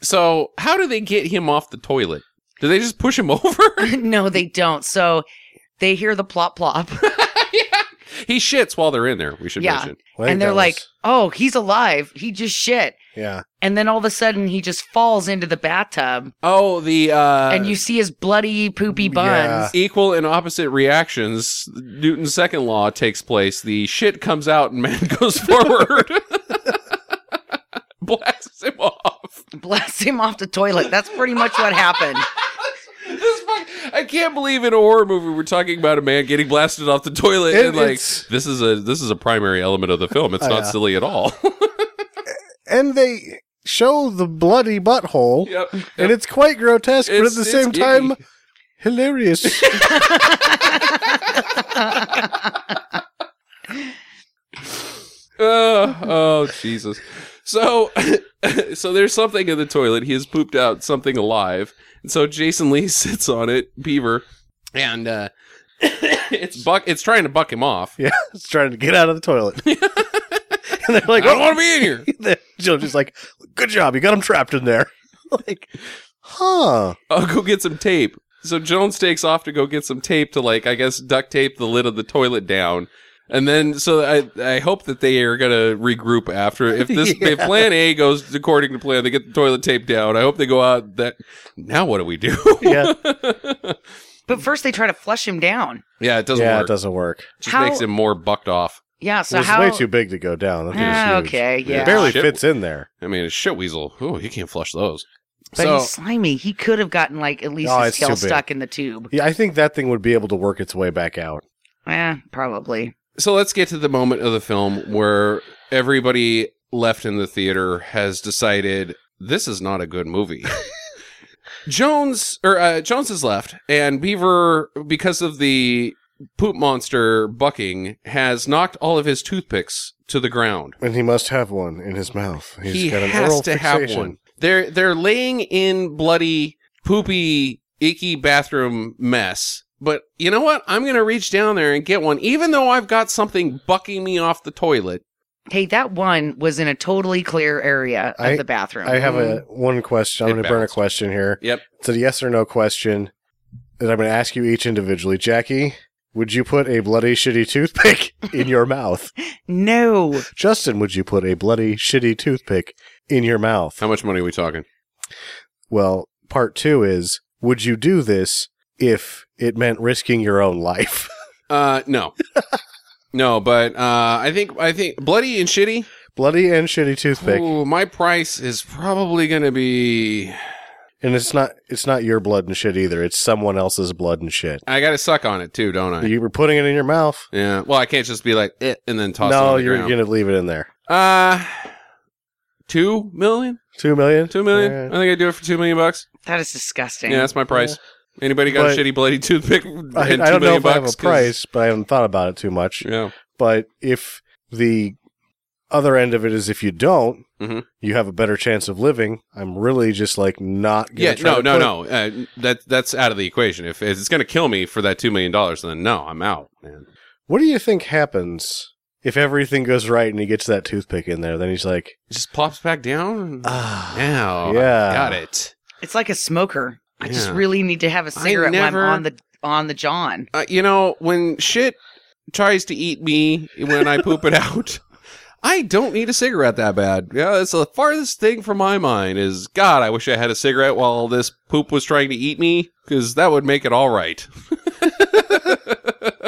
A: So, how do they get him off the toilet? Do they just push him over?
D: no, they don't. So they hear the plop plop
A: he shits while they're in there. We should
D: Yeah.
A: mention.
C: I think
D: and they're
C: that
D: like,
C: was-
D: oh, he's alive. He just shit.
C: yeah.
D: And then all of a sudden he just falls into the bathtub
A: Oh, the. Uh,
D: and you see his bloody poopy buns.
A: Equal and opposite reactions. Newton's second law takes place. The shit comes out and man goes forward. Blasts him off.
D: Blast him off the toilet. That's pretty much what happened.
A: This fuck, I can't believe in a horror movie we're talking about a man getting blasted off the toilet
C: It-
A: and like
C: it's-
A: this is a this is a primary element of the film. It's
C: Oh,
A: not
C: yeah.
A: silly at all.
C: And they show the bloody butthole,
A: yep. yep.
C: and it's quite grotesque, but
A: It's-
C: at the
A: it's
C: same
A: icky.
C: time, hilarious.
A: Uh, oh Jesus. So so there's something in the toilet. He has pooped out something alive. And so Jason Lee sits on it, Beaver, and uh it's buck it's trying to buck him off.
C: yeah, it's trying to get out of the toilet. and they're
A: I
C: like,
A: don't
C: oh.
A: want to be in here.
C: Joe's just like, good job, you got him trapped in there. like, huh.
A: I'll go get some tape. So Jones takes off to go get some tape to like I guess duct tape the lid of the toilet down. And then so I I hope that they are gonna regroup after if this if
C: Yeah.
A: plan A goes according to plan, they get the toilet tape down. I hope they go out that now what do we do?
C: Yeah,
D: But first they try to flush him down.
A: Yeah, it doesn't
C: yeah,
A: work.
C: it doesn't work.
A: Just
D: How-
A: makes him more bucked off.
D: Yeah,
C: So
D: so
C: it's
D: how
C: way too big to go down. That thing is
D: Ah,
C: huge.
D: okay,
A: Yeah.
D: yeah.
C: It barely
A: Shit.
C: fits in there.
A: I mean, a shit weasel. Oh, you can't flush those.
D: But he's slimy. He could have gotten like at least
C: No,
D: his
C: Oh, it's too
D: tail
C: big.
D: stuck in the tube.
C: Yeah, I think that thing would be able to work its way back out.
D: Eh, probably.
A: So let's get to the moment of the film where everybody left in the theater has decided this is not a good movie. Jones or uh, Jones has left, and Beaver, because of the poop monster bucking, has knocked all of his toothpicks to the ground.
C: And he must have one in his mouth. He's
A: he
C: got an
A: has
C: oral
A: to
C: fixation.
A: have one. They're they're laying in bloody, poopy, icky bathroom mess. But you know what? I'm gonna reach down there and get one, even though I've got something bucking me off the toilet.
D: Hey, that one was in a totally clear area of
C: I-
D: the bathroom.
C: I have a
D: Mm-hmm.
C: one question. I'm
A: It
C: going to burn a
A: bounced.
C: question here.
A: Yep.
C: It's a yes or no question that I'm going to ask you each individually. Jackie, would you put a bloody shitty toothpick in your mouth?
D: no.
C: Justin, would you put a bloody shitty toothpick in your mouth?
A: How much money are we talking?
C: Well, part two is would you do this if it meant risking your own life.
A: Uh, no, no, but uh, I think I think bloody and shitty.
C: Bloody and shitty toothpick.
A: Ooh, my price is probably gonna be.
C: And it's not it's not your blood and shit either. It's someone else's blood and shit.
A: I gotta suck on it too, don't I?
C: You were putting it in your mouth.
A: yeah. Well, I can't just be like eh, and then toss. it
C: no,
A: on the
C: you're
A: ground.
C: gonna leave it in there.
A: Uh, two million.
C: Two million?
A: Two million.
C: All right.
A: I think I do it for two million bucks.
D: That is disgusting.
A: Yeah, that's my price. Anybody got
C: But-
A: a shitty bloody toothpick? Uh, And
C: I, I
A: two
C: don't know
A: million
C: if I have a
A: bucks? 'Cause-
C: price, but I haven't thought about it too much.
A: Yeah.
C: But if the other end of it is if you don't,
A: Mhm.
C: you have a better chance of living. I'm really just like not. Gonna
A: Yeah.
C: try
A: No.
C: to
A: No.
C: put-
A: No. Uh, that that's out of the equation. If, if it's gonna kill me for that two million dollars, then no, I'm out, man.
C: What do you think happens if everything goes right and he gets that toothpick in there? Then he's like,
A: It just plops back down.
C: ah,
A: now,
C: yeah.
A: Oh, I got it.
D: It's like a smoker. I just
A: Yeah.
D: really need to have a
A: I
D: cigarette
A: never-
D: when I'm on the on the John.
A: uh, you know, when shit tries to eat me when I poop it out, I don't need a cigarette that bad. Yeah, that's the farthest thing from my mind is God. I wish I had a cigarette while this poop was trying to eat me because that would make it all right.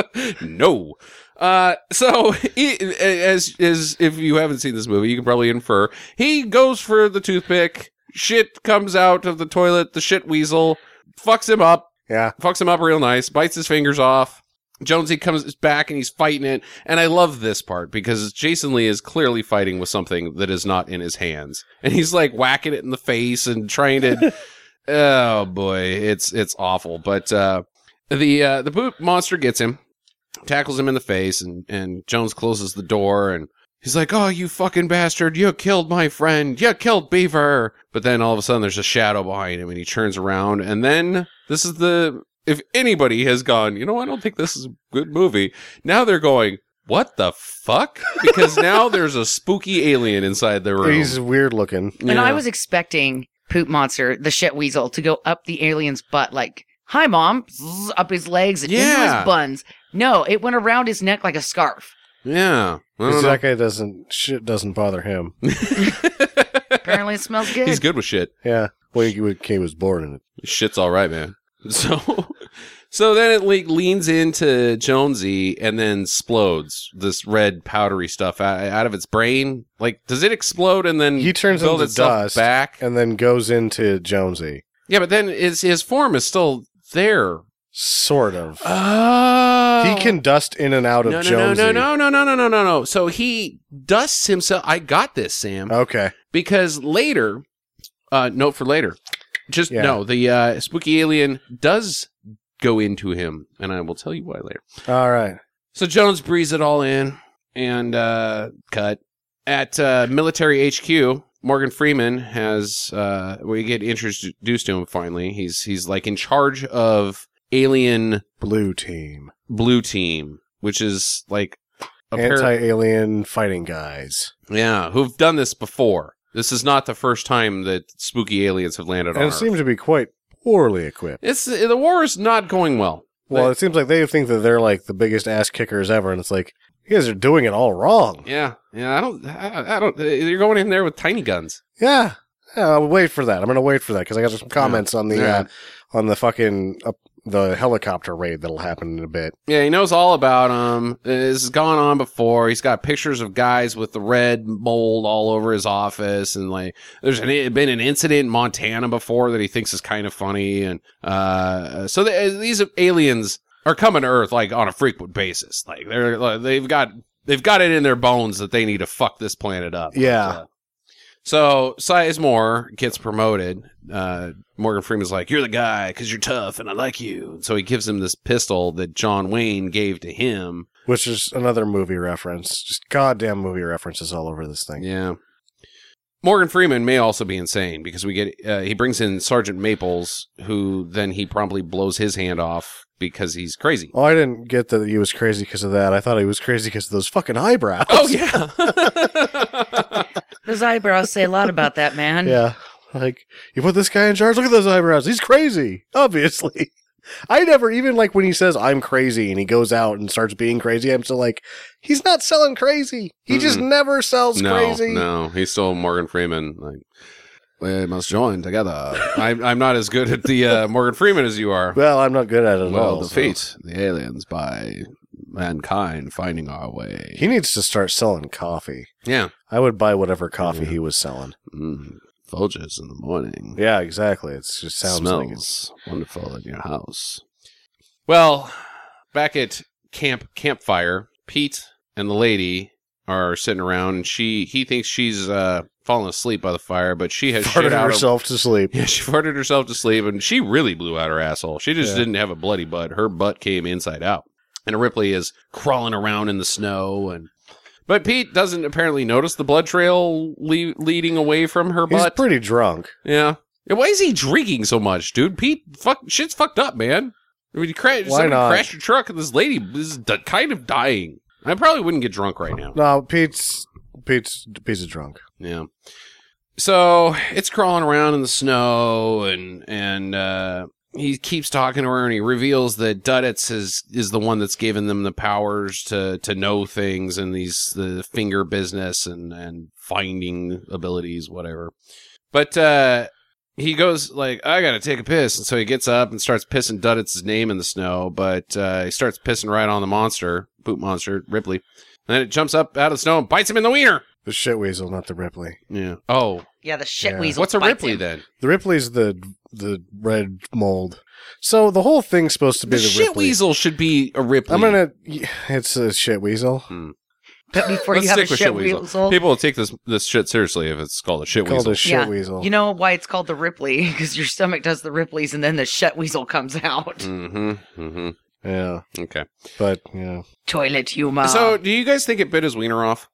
A: no. Uh, so he, as as if you haven't seen this movie, you can probably infer he goes for the toothpick. Shit comes out of the toilet. The shit weasel fucks him up
C: yeah.
A: fucks him up real nice, bites his fingers off. Jonesy comes back and he's fighting it. And I love this part because Jason Lee is clearly fighting with something that is not in his hands. And he's like whacking it in the face and trying to Oh boy, it's it's awful. But uh the uh the boot monster gets him, tackles him in the face and and Jones closes the door and He's like, "Oh, you fucking bastard! You killed my friend! You killed Beaver!" But then all of a sudden, there's a shadow behind him, and he turns around. And then this is the if anybody has gone, you know, I don't think this is a good movie. Now they're going, "What the fuck?" Because now there's a spooky alien inside the room.
C: He's weird looking.
D: And I
A: Yeah.
D: was expecting Poop Monster, the shit weasel, to go up the alien's butt like, hi, mom, zzz, up his legs and into
A: Yeah.
D: his buns. No, it went around his neck like a scarf.
A: yeah. I don't know.
C: That guy doesn't shit doesn't bother him.
D: Apparently, it smells good.
A: He's good with shit.
C: Yeah. Well, he, would- he was born in it.
A: shit's all right, man. So, so then it like leans into Jonesy and then explodes this red powdery stuff out, out of its brain. Like, does it explode and then
C: He turns
A: build
C: into
A: itself
C: dust.
A: back?
C: And then goes into Jonesy.
A: Yeah, but then his his form is still there.
C: Sort of.
A: Oh,
C: he can dust in and out of
A: No, no, no,
C: Jonesy.
A: no, no, no, no, no, no, no, no. So he dusts himself. I got this, Sam.
C: Okay.
A: because later uh note for later just
C: Yeah.
A: no the uh spooky alien does go into him and i will tell you why later
C: All right.
A: so jones breathes it all in and uh cut at uh military hq morgan freeman has uh we get introduced to him finally he's he's like in charge of alien
C: Blue team.
A: blue team which is like a pair-
C: Anti alien fighting guys.
A: yeah who've done this before this is not the first time that spooky aliens have landed
C: And
A: on
C: it
A: Earth.
C: seems to be quite poorly equipped.
A: It's the war is not going well.
C: Well, it seems like they think that they're like the biggest ass kickers ever, and it's like you guys are doing it all wrong.
A: Yeah, yeah. I don't, I, I don't. You're going in there with tiny guns.
C: Yeah, yeah I'll wait for that. I'm gonna wait for that because I got some comments on the
A: Yeah.
C: uh, on the fucking uh, the helicopter raid that'll happen in a bit.
A: Yeah, he knows all about them. This has gone on before. He's got pictures of guys with the red mold all over his office, and like, there's an, been an incident in Montana before that he thinks is kind of funny, and uh, so the, these aliens are coming to Earth like on a frequent basis. Like they're like, they've got they've got it in their bones that they need to fuck this planet up.
C: Yeah.
A: But, uh, so Sizemore gets promoted. Uh, Morgan Freeman's like, "You're the guy because you're tough and I like you." So he gives him this pistol that John Wayne gave to him.
C: Which is another movie reference. Just goddamn movie references all over this thing.
A: Yeah. Morgan Freeman may also be insane because we get uh, he brings in Sergeant Maples, who then he promptly blows his hand off because he's crazy.
C: Oh, I didn't get that he was crazy because of that. I thought he was crazy because of those fucking eyebrows.
A: Oh yeah.
D: Those eyebrows say a lot about that man.
C: Yeah. Like, you put this guy in charge, look at those eyebrows. He's crazy, obviously. I never even like when he says I'm crazy and he goes out and starts being crazy, I'm still like, he's not selling crazy. He just never sells
A: no,
C: crazy.
A: no, he's still Morgan Freeman. Like, We must join together. I'm, I'm not as good at the uh, Morgan Freeman as you are.
C: Well, I'm not good at it at
A: Well,
C: all. so-
A: defeat the aliens by mankind finding our way.
C: He needs to start selling coffee.
A: Yeah.
C: I would buy whatever coffee he was selling.
A: Mm, Folgers in the morning.
C: Yeah, exactly. It just sounds like it's
A: smells wonderful in your house. Well, back at camp campfire, Pete and the lady are sitting around, and she he thinks she's uh, fallen asleep by the fire, but she has shit
C: farted
A: out of-
C: herself to sleep.
A: yeah, she farted herself to sleep, and she really blew out her asshole. She just
C: Yeah.
A: didn't have a bloody butt; her butt came inside out. And Ripley is crawling around in the snow, and but Pete doesn't apparently notice the blood trail le- leading away from her
C: He's
A: butt.
C: pretty drunk.
A: Yeah. And why is he drinking so much, dude? Pete, fuck, shit's fucked up, man. I mean, you crash,
C: Why
A: somebody
C: not?
A: crashed your truck, and this lady is d- kind of dying. I probably wouldn't get drunk right now.
C: No, Pete's Pete's Pete's a drunk.
A: Yeah. So it's crawling around in the snow, and and uh, he keeps talking to her, and he reveals that Duddits is is the one that's given them the powers to to know things and these the finger business and and finding abilities, whatever. But uh, he goes like, "I gotta take a piss," and so he gets up and starts pissing Duddits' name in the snow. But uh, he starts pissing right on the monster, poop monster Ripley. And then it jumps up out of the snow and bites him in the wiener.
C: The shit weasel, not the Ripley.
A: Yeah. Oh,
D: Yeah, the shit
C: Yeah.
D: weasel.
A: what's a
D: bites
A: Ripley
D: him.
A: then?
C: The Ripley's the the red mold. So the whole thing's supposed to
A: The,
C: be the,
A: shit
C: Ripley.
A: weasel should be a Ripley.
C: I'm gonna. It's a shit weasel.
D: But before
A: Let's
D: you have a
A: stick with
D: shit weasel,
A: People will take this this shit seriously if it's called a shit
C: Called
A: weasel.
C: a shit
D: Yeah.
C: weasel.
D: you know why it's called the Ripley? Because your stomach does the Ripleys, and then the shit weasel comes out.
A: mm-hmm. Mm-hmm.
C: yeah,
A: Okay.
C: but yeah,
D: Toilet humor.
A: so, do you guys think it bit his wiener off?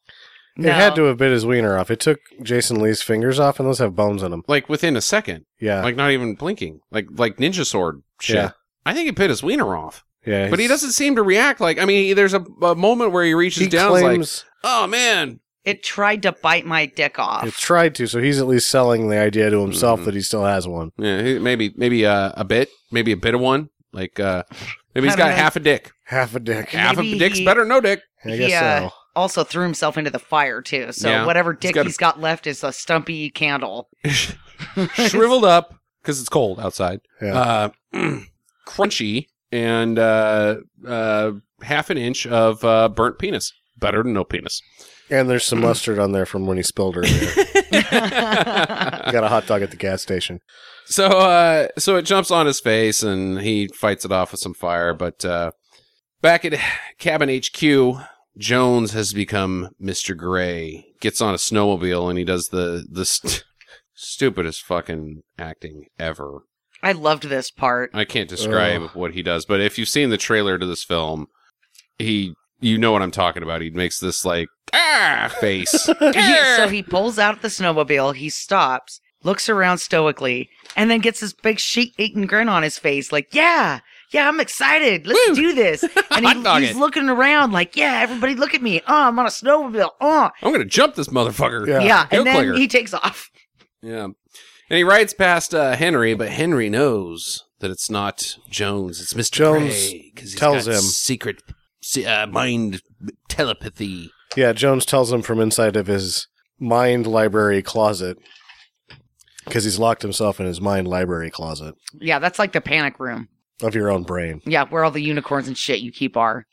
D: no.
C: it had to have bit his wiener off. It took Jason Lee's fingers off, and those have bones in them.
A: Like within a second,
C: Yeah,
A: like not even blinking, like like ninja sword shit.
C: Yeah.
A: I think it bit his wiener off,
C: yeah.
A: but he
C: he's-
A: doesn't seem to react. Like I mean, there's a, a moment where he reaches
C: He
A: down, he's like,
C: claims
A: "Oh man,
D: It tried to bite my dick
A: "Ah,
D: off.
C: it tried to, so he's at least selling the idea to himself
A: Mhm.
C: that he still has one.
A: yeah, he- maybe maybe uh, a bit, maybe a bit of one, like uh, maybe he's
D: I don't
A: got
D: know.
A: half a dick,
C: Half a dick.
A: half a
D: Maybe
A: dick's
D: he-
A: better than no dick."
C: I guess
D: He, uh,
C: so.
D: also threw himself into the fire too. So
A: Yeah.
D: whatever dick he's
A: got a-
D: got left is a stumpy candle.
A: shriveled up because it's cold outside.
C: Yeah.
A: Uh, crunchy and uh, uh, half an inch of uh, burnt penis. Better than no penis.
C: and there's some mustard on there from when he spilled earlier. Got a hot dog at the gas station.
A: so, uh, so it jumps on his face and he fights it off with some fire. But uh, back at cabin HQ, Jones has become Mister Gray. Gets on a snowmobile and he does the the st- stupidest fucking acting ever.
D: I loved this part.
A: I can't describe
C: Ugh.
A: what he does, but if you've seen the trailer to this film, he you know what I'm talking about. He makes this like ah face. "Ah!"
D: He- so he pulls out the snowmobile, he stops, looks around stoically, and then gets this big sheet eating grin on his face, like, yeah, yeah, I'm excited. Let's
A: Woo."
D: do this. And
A: Hot dog
D: he, he's
A: it.
D: looking around like, yeah, everybody look at me. Oh, I'm on a snowmobile. Oh.
A: I'm gonna jump this motherfucker.
C: Yeah.
D: Yeah.
A: Go
D: And then
A: Clinger.
D: he takes off.
A: Yeah. And he rides past uh, Henry, but Henry knows that it's not Jones. It's Mr.
C: Jones
A: because
C: tells him.
A: secret se- uh, mind telepathy.
C: Yeah, Jones tells him from inside of his mind library closet because he's locked himself in his mind library closet
D: Yeah, that's like the panic room.
C: of your own brain.
D: Yeah, where all the unicorns and shit you keep are.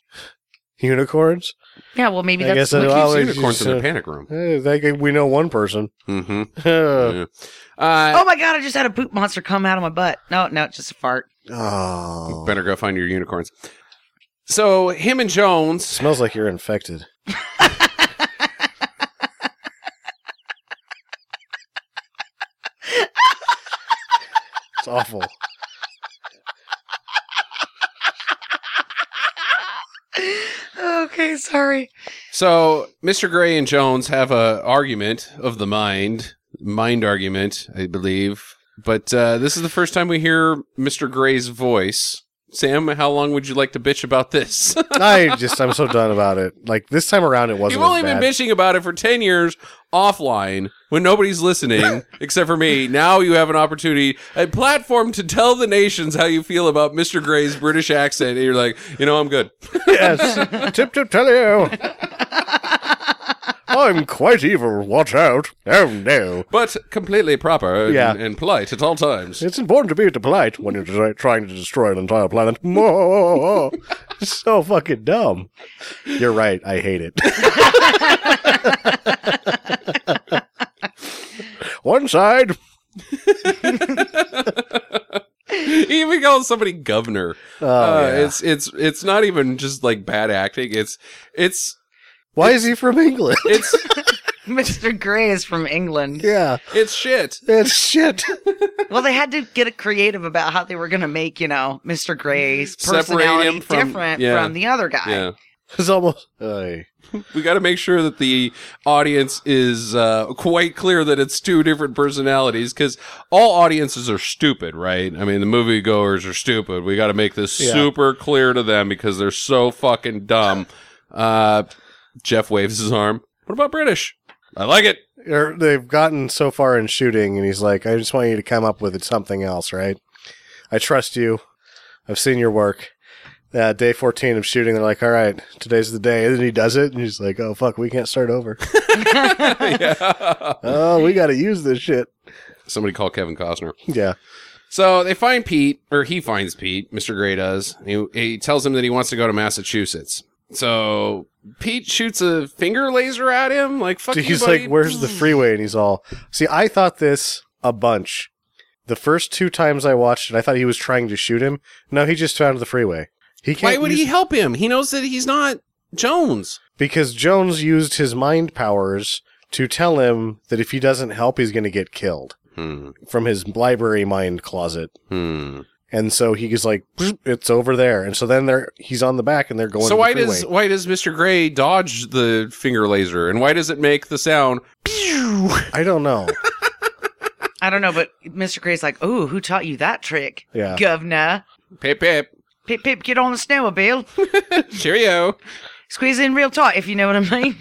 C: Unicorns?
D: Yeah, well, maybe
C: I
D: that's
C: guess So
A: Who keeps
C: always
A: unicorns
C: just,
A: in the
C: uh,
A: panic room.
C: Eh, they could- we know one person.
A: Mm-hmm.
C: oh,
A: Uh,
D: Oh my god, I just had a poop monster come out of my butt. No, no, it's just a fart.
C: Oh.
A: Better go find your unicorns. So him and Jones
C: smells like you're infected. it's awful.
D: okay, sorry.
A: So Mr. Gray and Jones have a argument of the mind, mind argument, I believe. But uh, this is the first time we hear Mr. Gray's voice. Sam, how long would you like to bitch about this?
C: I just I'm so done about it. Like this time around, it wasn't.
A: You've only
C: as
A: been
C: bad.
A: bitching about it for ten years offline when nobody's listening except for me. Now you have an opportunity, a platform to tell the nations how you feel about Mr. Gray's British accent, and you're like, you know, I'm good.
C: Yes. tip tip tell you. I'm quite evil. Watch out. Oh, no.
A: but completely proper and,
C: Yeah.
A: and polite at all times.
C: It's important to be polite when you're de- trying to destroy an entire planet. so fucking dumb. You're right. I hate it. One side.
A: He even calls somebody governor.
C: Oh,
A: uh,
C: yeah.
A: It's it's it's not even just like bad acting. It's it's
C: Why is he from England?
A: it's
D: Mr. Gray is from England.
C: yeah,
A: it's shit.
C: it's shit.
D: Well, they had to get a creative about how they were going to make, you know, Mr. Gray's
A: Separate
D: personality
A: him from-
D: different
A: yeah.
D: from the other guy.
A: Yeah,
C: It's almost. Ay.
A: we got to make sure that the audience is uh, quite clear that it's two different personalities because all audiences are stupid, right? I mean, the moviegoers are stupid. We got to make this
C: Yeah.
A: super clear to them because they're so fucking dumb. Uh, Jeff waves his arm. What about British? I like it.
C: Or they've gotten so far in shooting, and he's like, "I just want you to come up with something else, right? I trust you. I've seen your work." Uh, day fourteen of shooting, they're like, "All right, today's the day," and then he does it, and he's like, "Oh fuck, we can't start over.
A: Yeah.
C: oh, we got to use this shit."
A: Somebody call Kevin Costner.
C: Yeah,
A: So they find Pete, or he finds Pete, Mr. Gray does. He, he tells him that he wants to go to Massachusetts. So Pete shoots a finger laser at him, like fuck.
C: he's
A: you, buddy. Mm. hmm.
C: like, "Where's the freeway?" And he's all, "See, I thought this a bunch. The first two times I watched it, I thought he was trying to shoot him. No, he just found the freeway. He can't
A: Why would
C: use-
A: he help him? He knows that he's not Jones.
C: because Jones used his mind powers to tell him that if he doesn't help, he's going to get killed
A: Hmm.
C: from his library mind closet.
A: Hmm.
C: And so he's like, "Psh, "It's over there." And so then they're he's on the back, and they're going.
A: So
C: to
A: why
C: the
A: does
C: freeway.
A: why does Mr. Gray dodge the finger laser, and why does it make the sound? "Pew"?
C: I don't know?
D: I don't know, but Mr. Gray's like, ooh, who taught you that trick,
C: Yeah,
D: governor?
A: Pip pip.
D: Pip, pip, get on the snowmobile.
A: Cheerio.
D: Squeeze in real tight, if you know what I mean.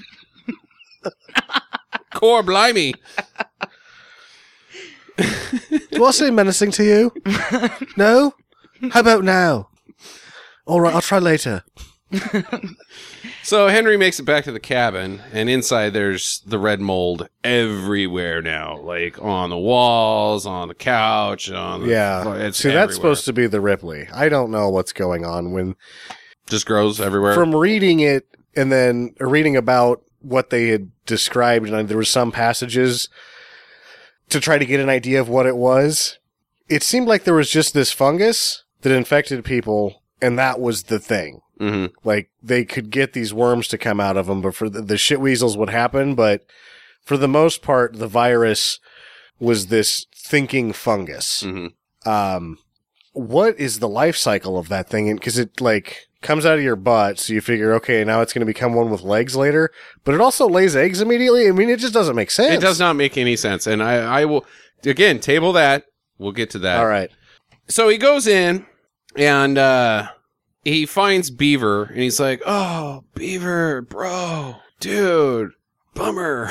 A: Core blimey.
C: do I seem menacing to you? no. How about now? All right, I'll try later.
A: So Henry makes it back to the cabin, and inside there's the red mold everywhere now, like on the walls, on the couch, on the
C: Yeah.
A: flo- It's
C: See, that's
A: everywhere.
C: supposed to be the Ripley. I don't know what's going on when
A: just grows everywhere.
C: from reading it and then reading about what they had described and there were some passages to try to get an idea of what it was it seemed like there was just this fungus that infected people and that was the thing
A: hmm
C: like they could get these worms to come out of them but for the, the shit weasels would happen but for the most part the virus was this thinking fungus
A: hmm
C: um what is the life cycle of that thing because it like comes out of your butt so you figure okay now it's going to become one with legs later but it also lays eggs immediately i mean it just doesn't make sense
A: It does not make any sense, and I, I will again table that. We'll get to that.
C: all right
A: So he goes in, and uh, he finds Beaver, and he's like, "Oh, Beaver, bro, dude, bummer."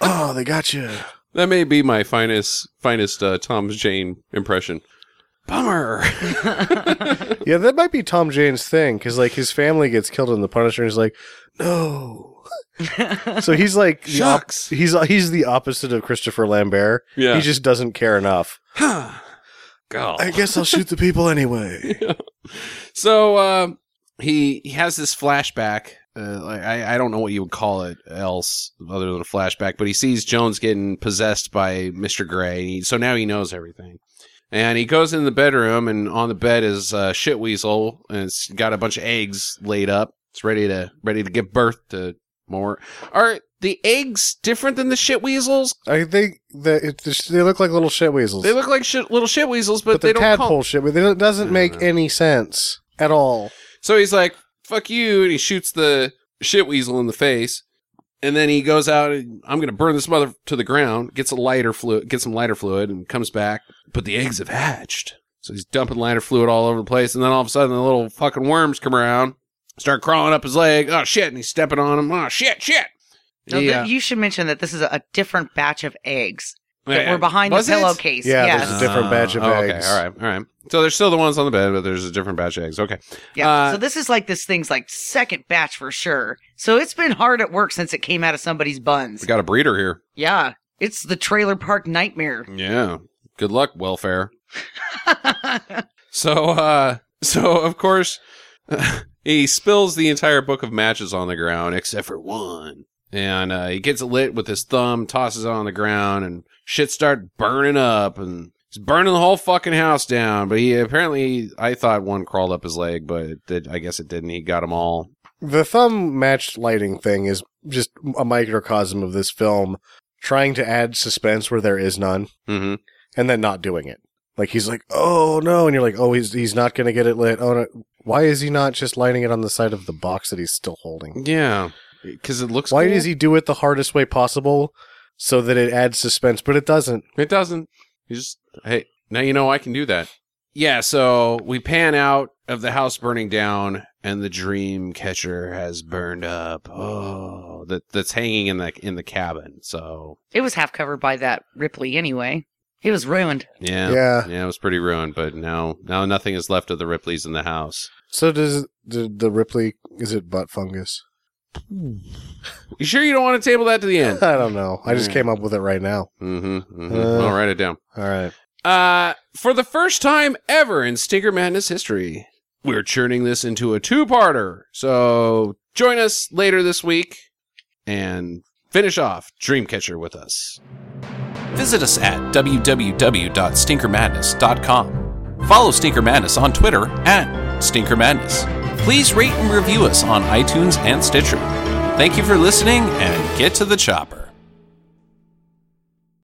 C: oh they got you
A: That may be my finest finest uh, Tom Jane impression. Bummer.
C: yeah that might be tom jane's thing because like his family gets killed in the punisher and he's like no so he's like the op-
A: Shucks.
C: he's uh, he's the opposite of christopher lambert
A: Yeah.
C: he just doesn't care enough
A: Go.
C: guess i'll shoot the people anyway
A: So um, he he has this flashback. Uh, like, I I don't know what you would call it else other than a flashback, but he sees Jones getting possessed by Mister Gray, and he, so now he knows everything. And he goes in the bedroom, and on the bed is uh, shit weasel, and it's got a bunch of eggs laid up. It's ready to ready to give birth to more. Are the eggs different than the shit weasels?
C: i think that it, they look like little shit weasels
A: They look like shit, little shit weasels, but,
C: but,
A: they
C: the
A: don't
C: tadpole
A: call.
C: shit but it doesn't make any sense at all.
A: So he's like, "Fuck you!" and he shoots the shit weasel in the face. And then he goes out and I'm gonna burn this mother to the ground. Gets a lighter fluid, gets some lighter fluid, and comes back. But the eggs have hatched, so he's dumping lighter fluid all over the place. And then all of a sudden, the little fucking worms come around, start crawling up his leg. Oh shit! And he's stepping on him. Oh shit! Shit!
D: No, th-
A: Yeah.
D: You should mention that this is a different batch of eggs. that were behind
A: Was
D: the
A: it?
D: pillowcase.
C: Yeah,
D: yes.
C: there's a different batch of
A: Oh, okay.
C: eggs.
A: All right. All right. So there's still the ones on the bed, but there's a different batch of eggs. Okay.
D: Yeah.
A: Uh,
D: so this is like this thing's like second batch for sure. So it's been hard at work since it came out of somebody's buns.
A: We got a breeder here.
D: Yeah. It's the trailer park nightmare.
A: Yeah. Good luck, welfare. So, uh, so of course, he spills the entire book of matches on the ground except for one, and uh, he gets it lit with his thumb, tosses it on the ground, and shit start burning up, and he's burning the whole fucking house down. But he apparently, I thought one crawled up his leg, but it did, I guess it didn't. He got them all.
C: The thumb match lighting thing is just a microcosm of this film trying to add suspense where there is none
A: hmm
C: and then not doing it. Like he's like, "Oh no." And you're like, "Oh, he's he's not going to get it lit." Oh, no. why is he not just lighting it on the side of the box that he's still holding?
A: Yeah, because it looks.
C: Why
A: cool.
C: does he do it the hardest way possible so that it adds suspense, but it doesn't?
A: It doesn't. You just hey, now you know I can do that. Yeah, so we pan out of the house burning down and the dream catcher has burned up. Oh, that that's hanging in the in the cabin. So,
D: It was half covered by that Ripley anyway. It was ruined.
A: yeah.
C: Yeah.
A: it was pretty ruined, but now now nothing is left of the Ripleys in the house.
C: So does the, the Ripley is it butt fungus?
A: You sure you don't want to table that to the end?
C: I don't know. I just
A: Mm.
C: came up with it right now.
A: mhm. mhm.
C: Uh.
A: I'll write it down.
C: All right.
A: Uh, for the first time ever in Stinker Madness history, we're churning this into a two-parter. So join us later this week and finish off Dreamcatcher with us.
E: visit us at www.stinkermadness.com. Follow Stinker Madness on Twitter at Stinker Madness. Please rate and review us on iTunes and Stitcher. Thank you for listening and get to the chopper.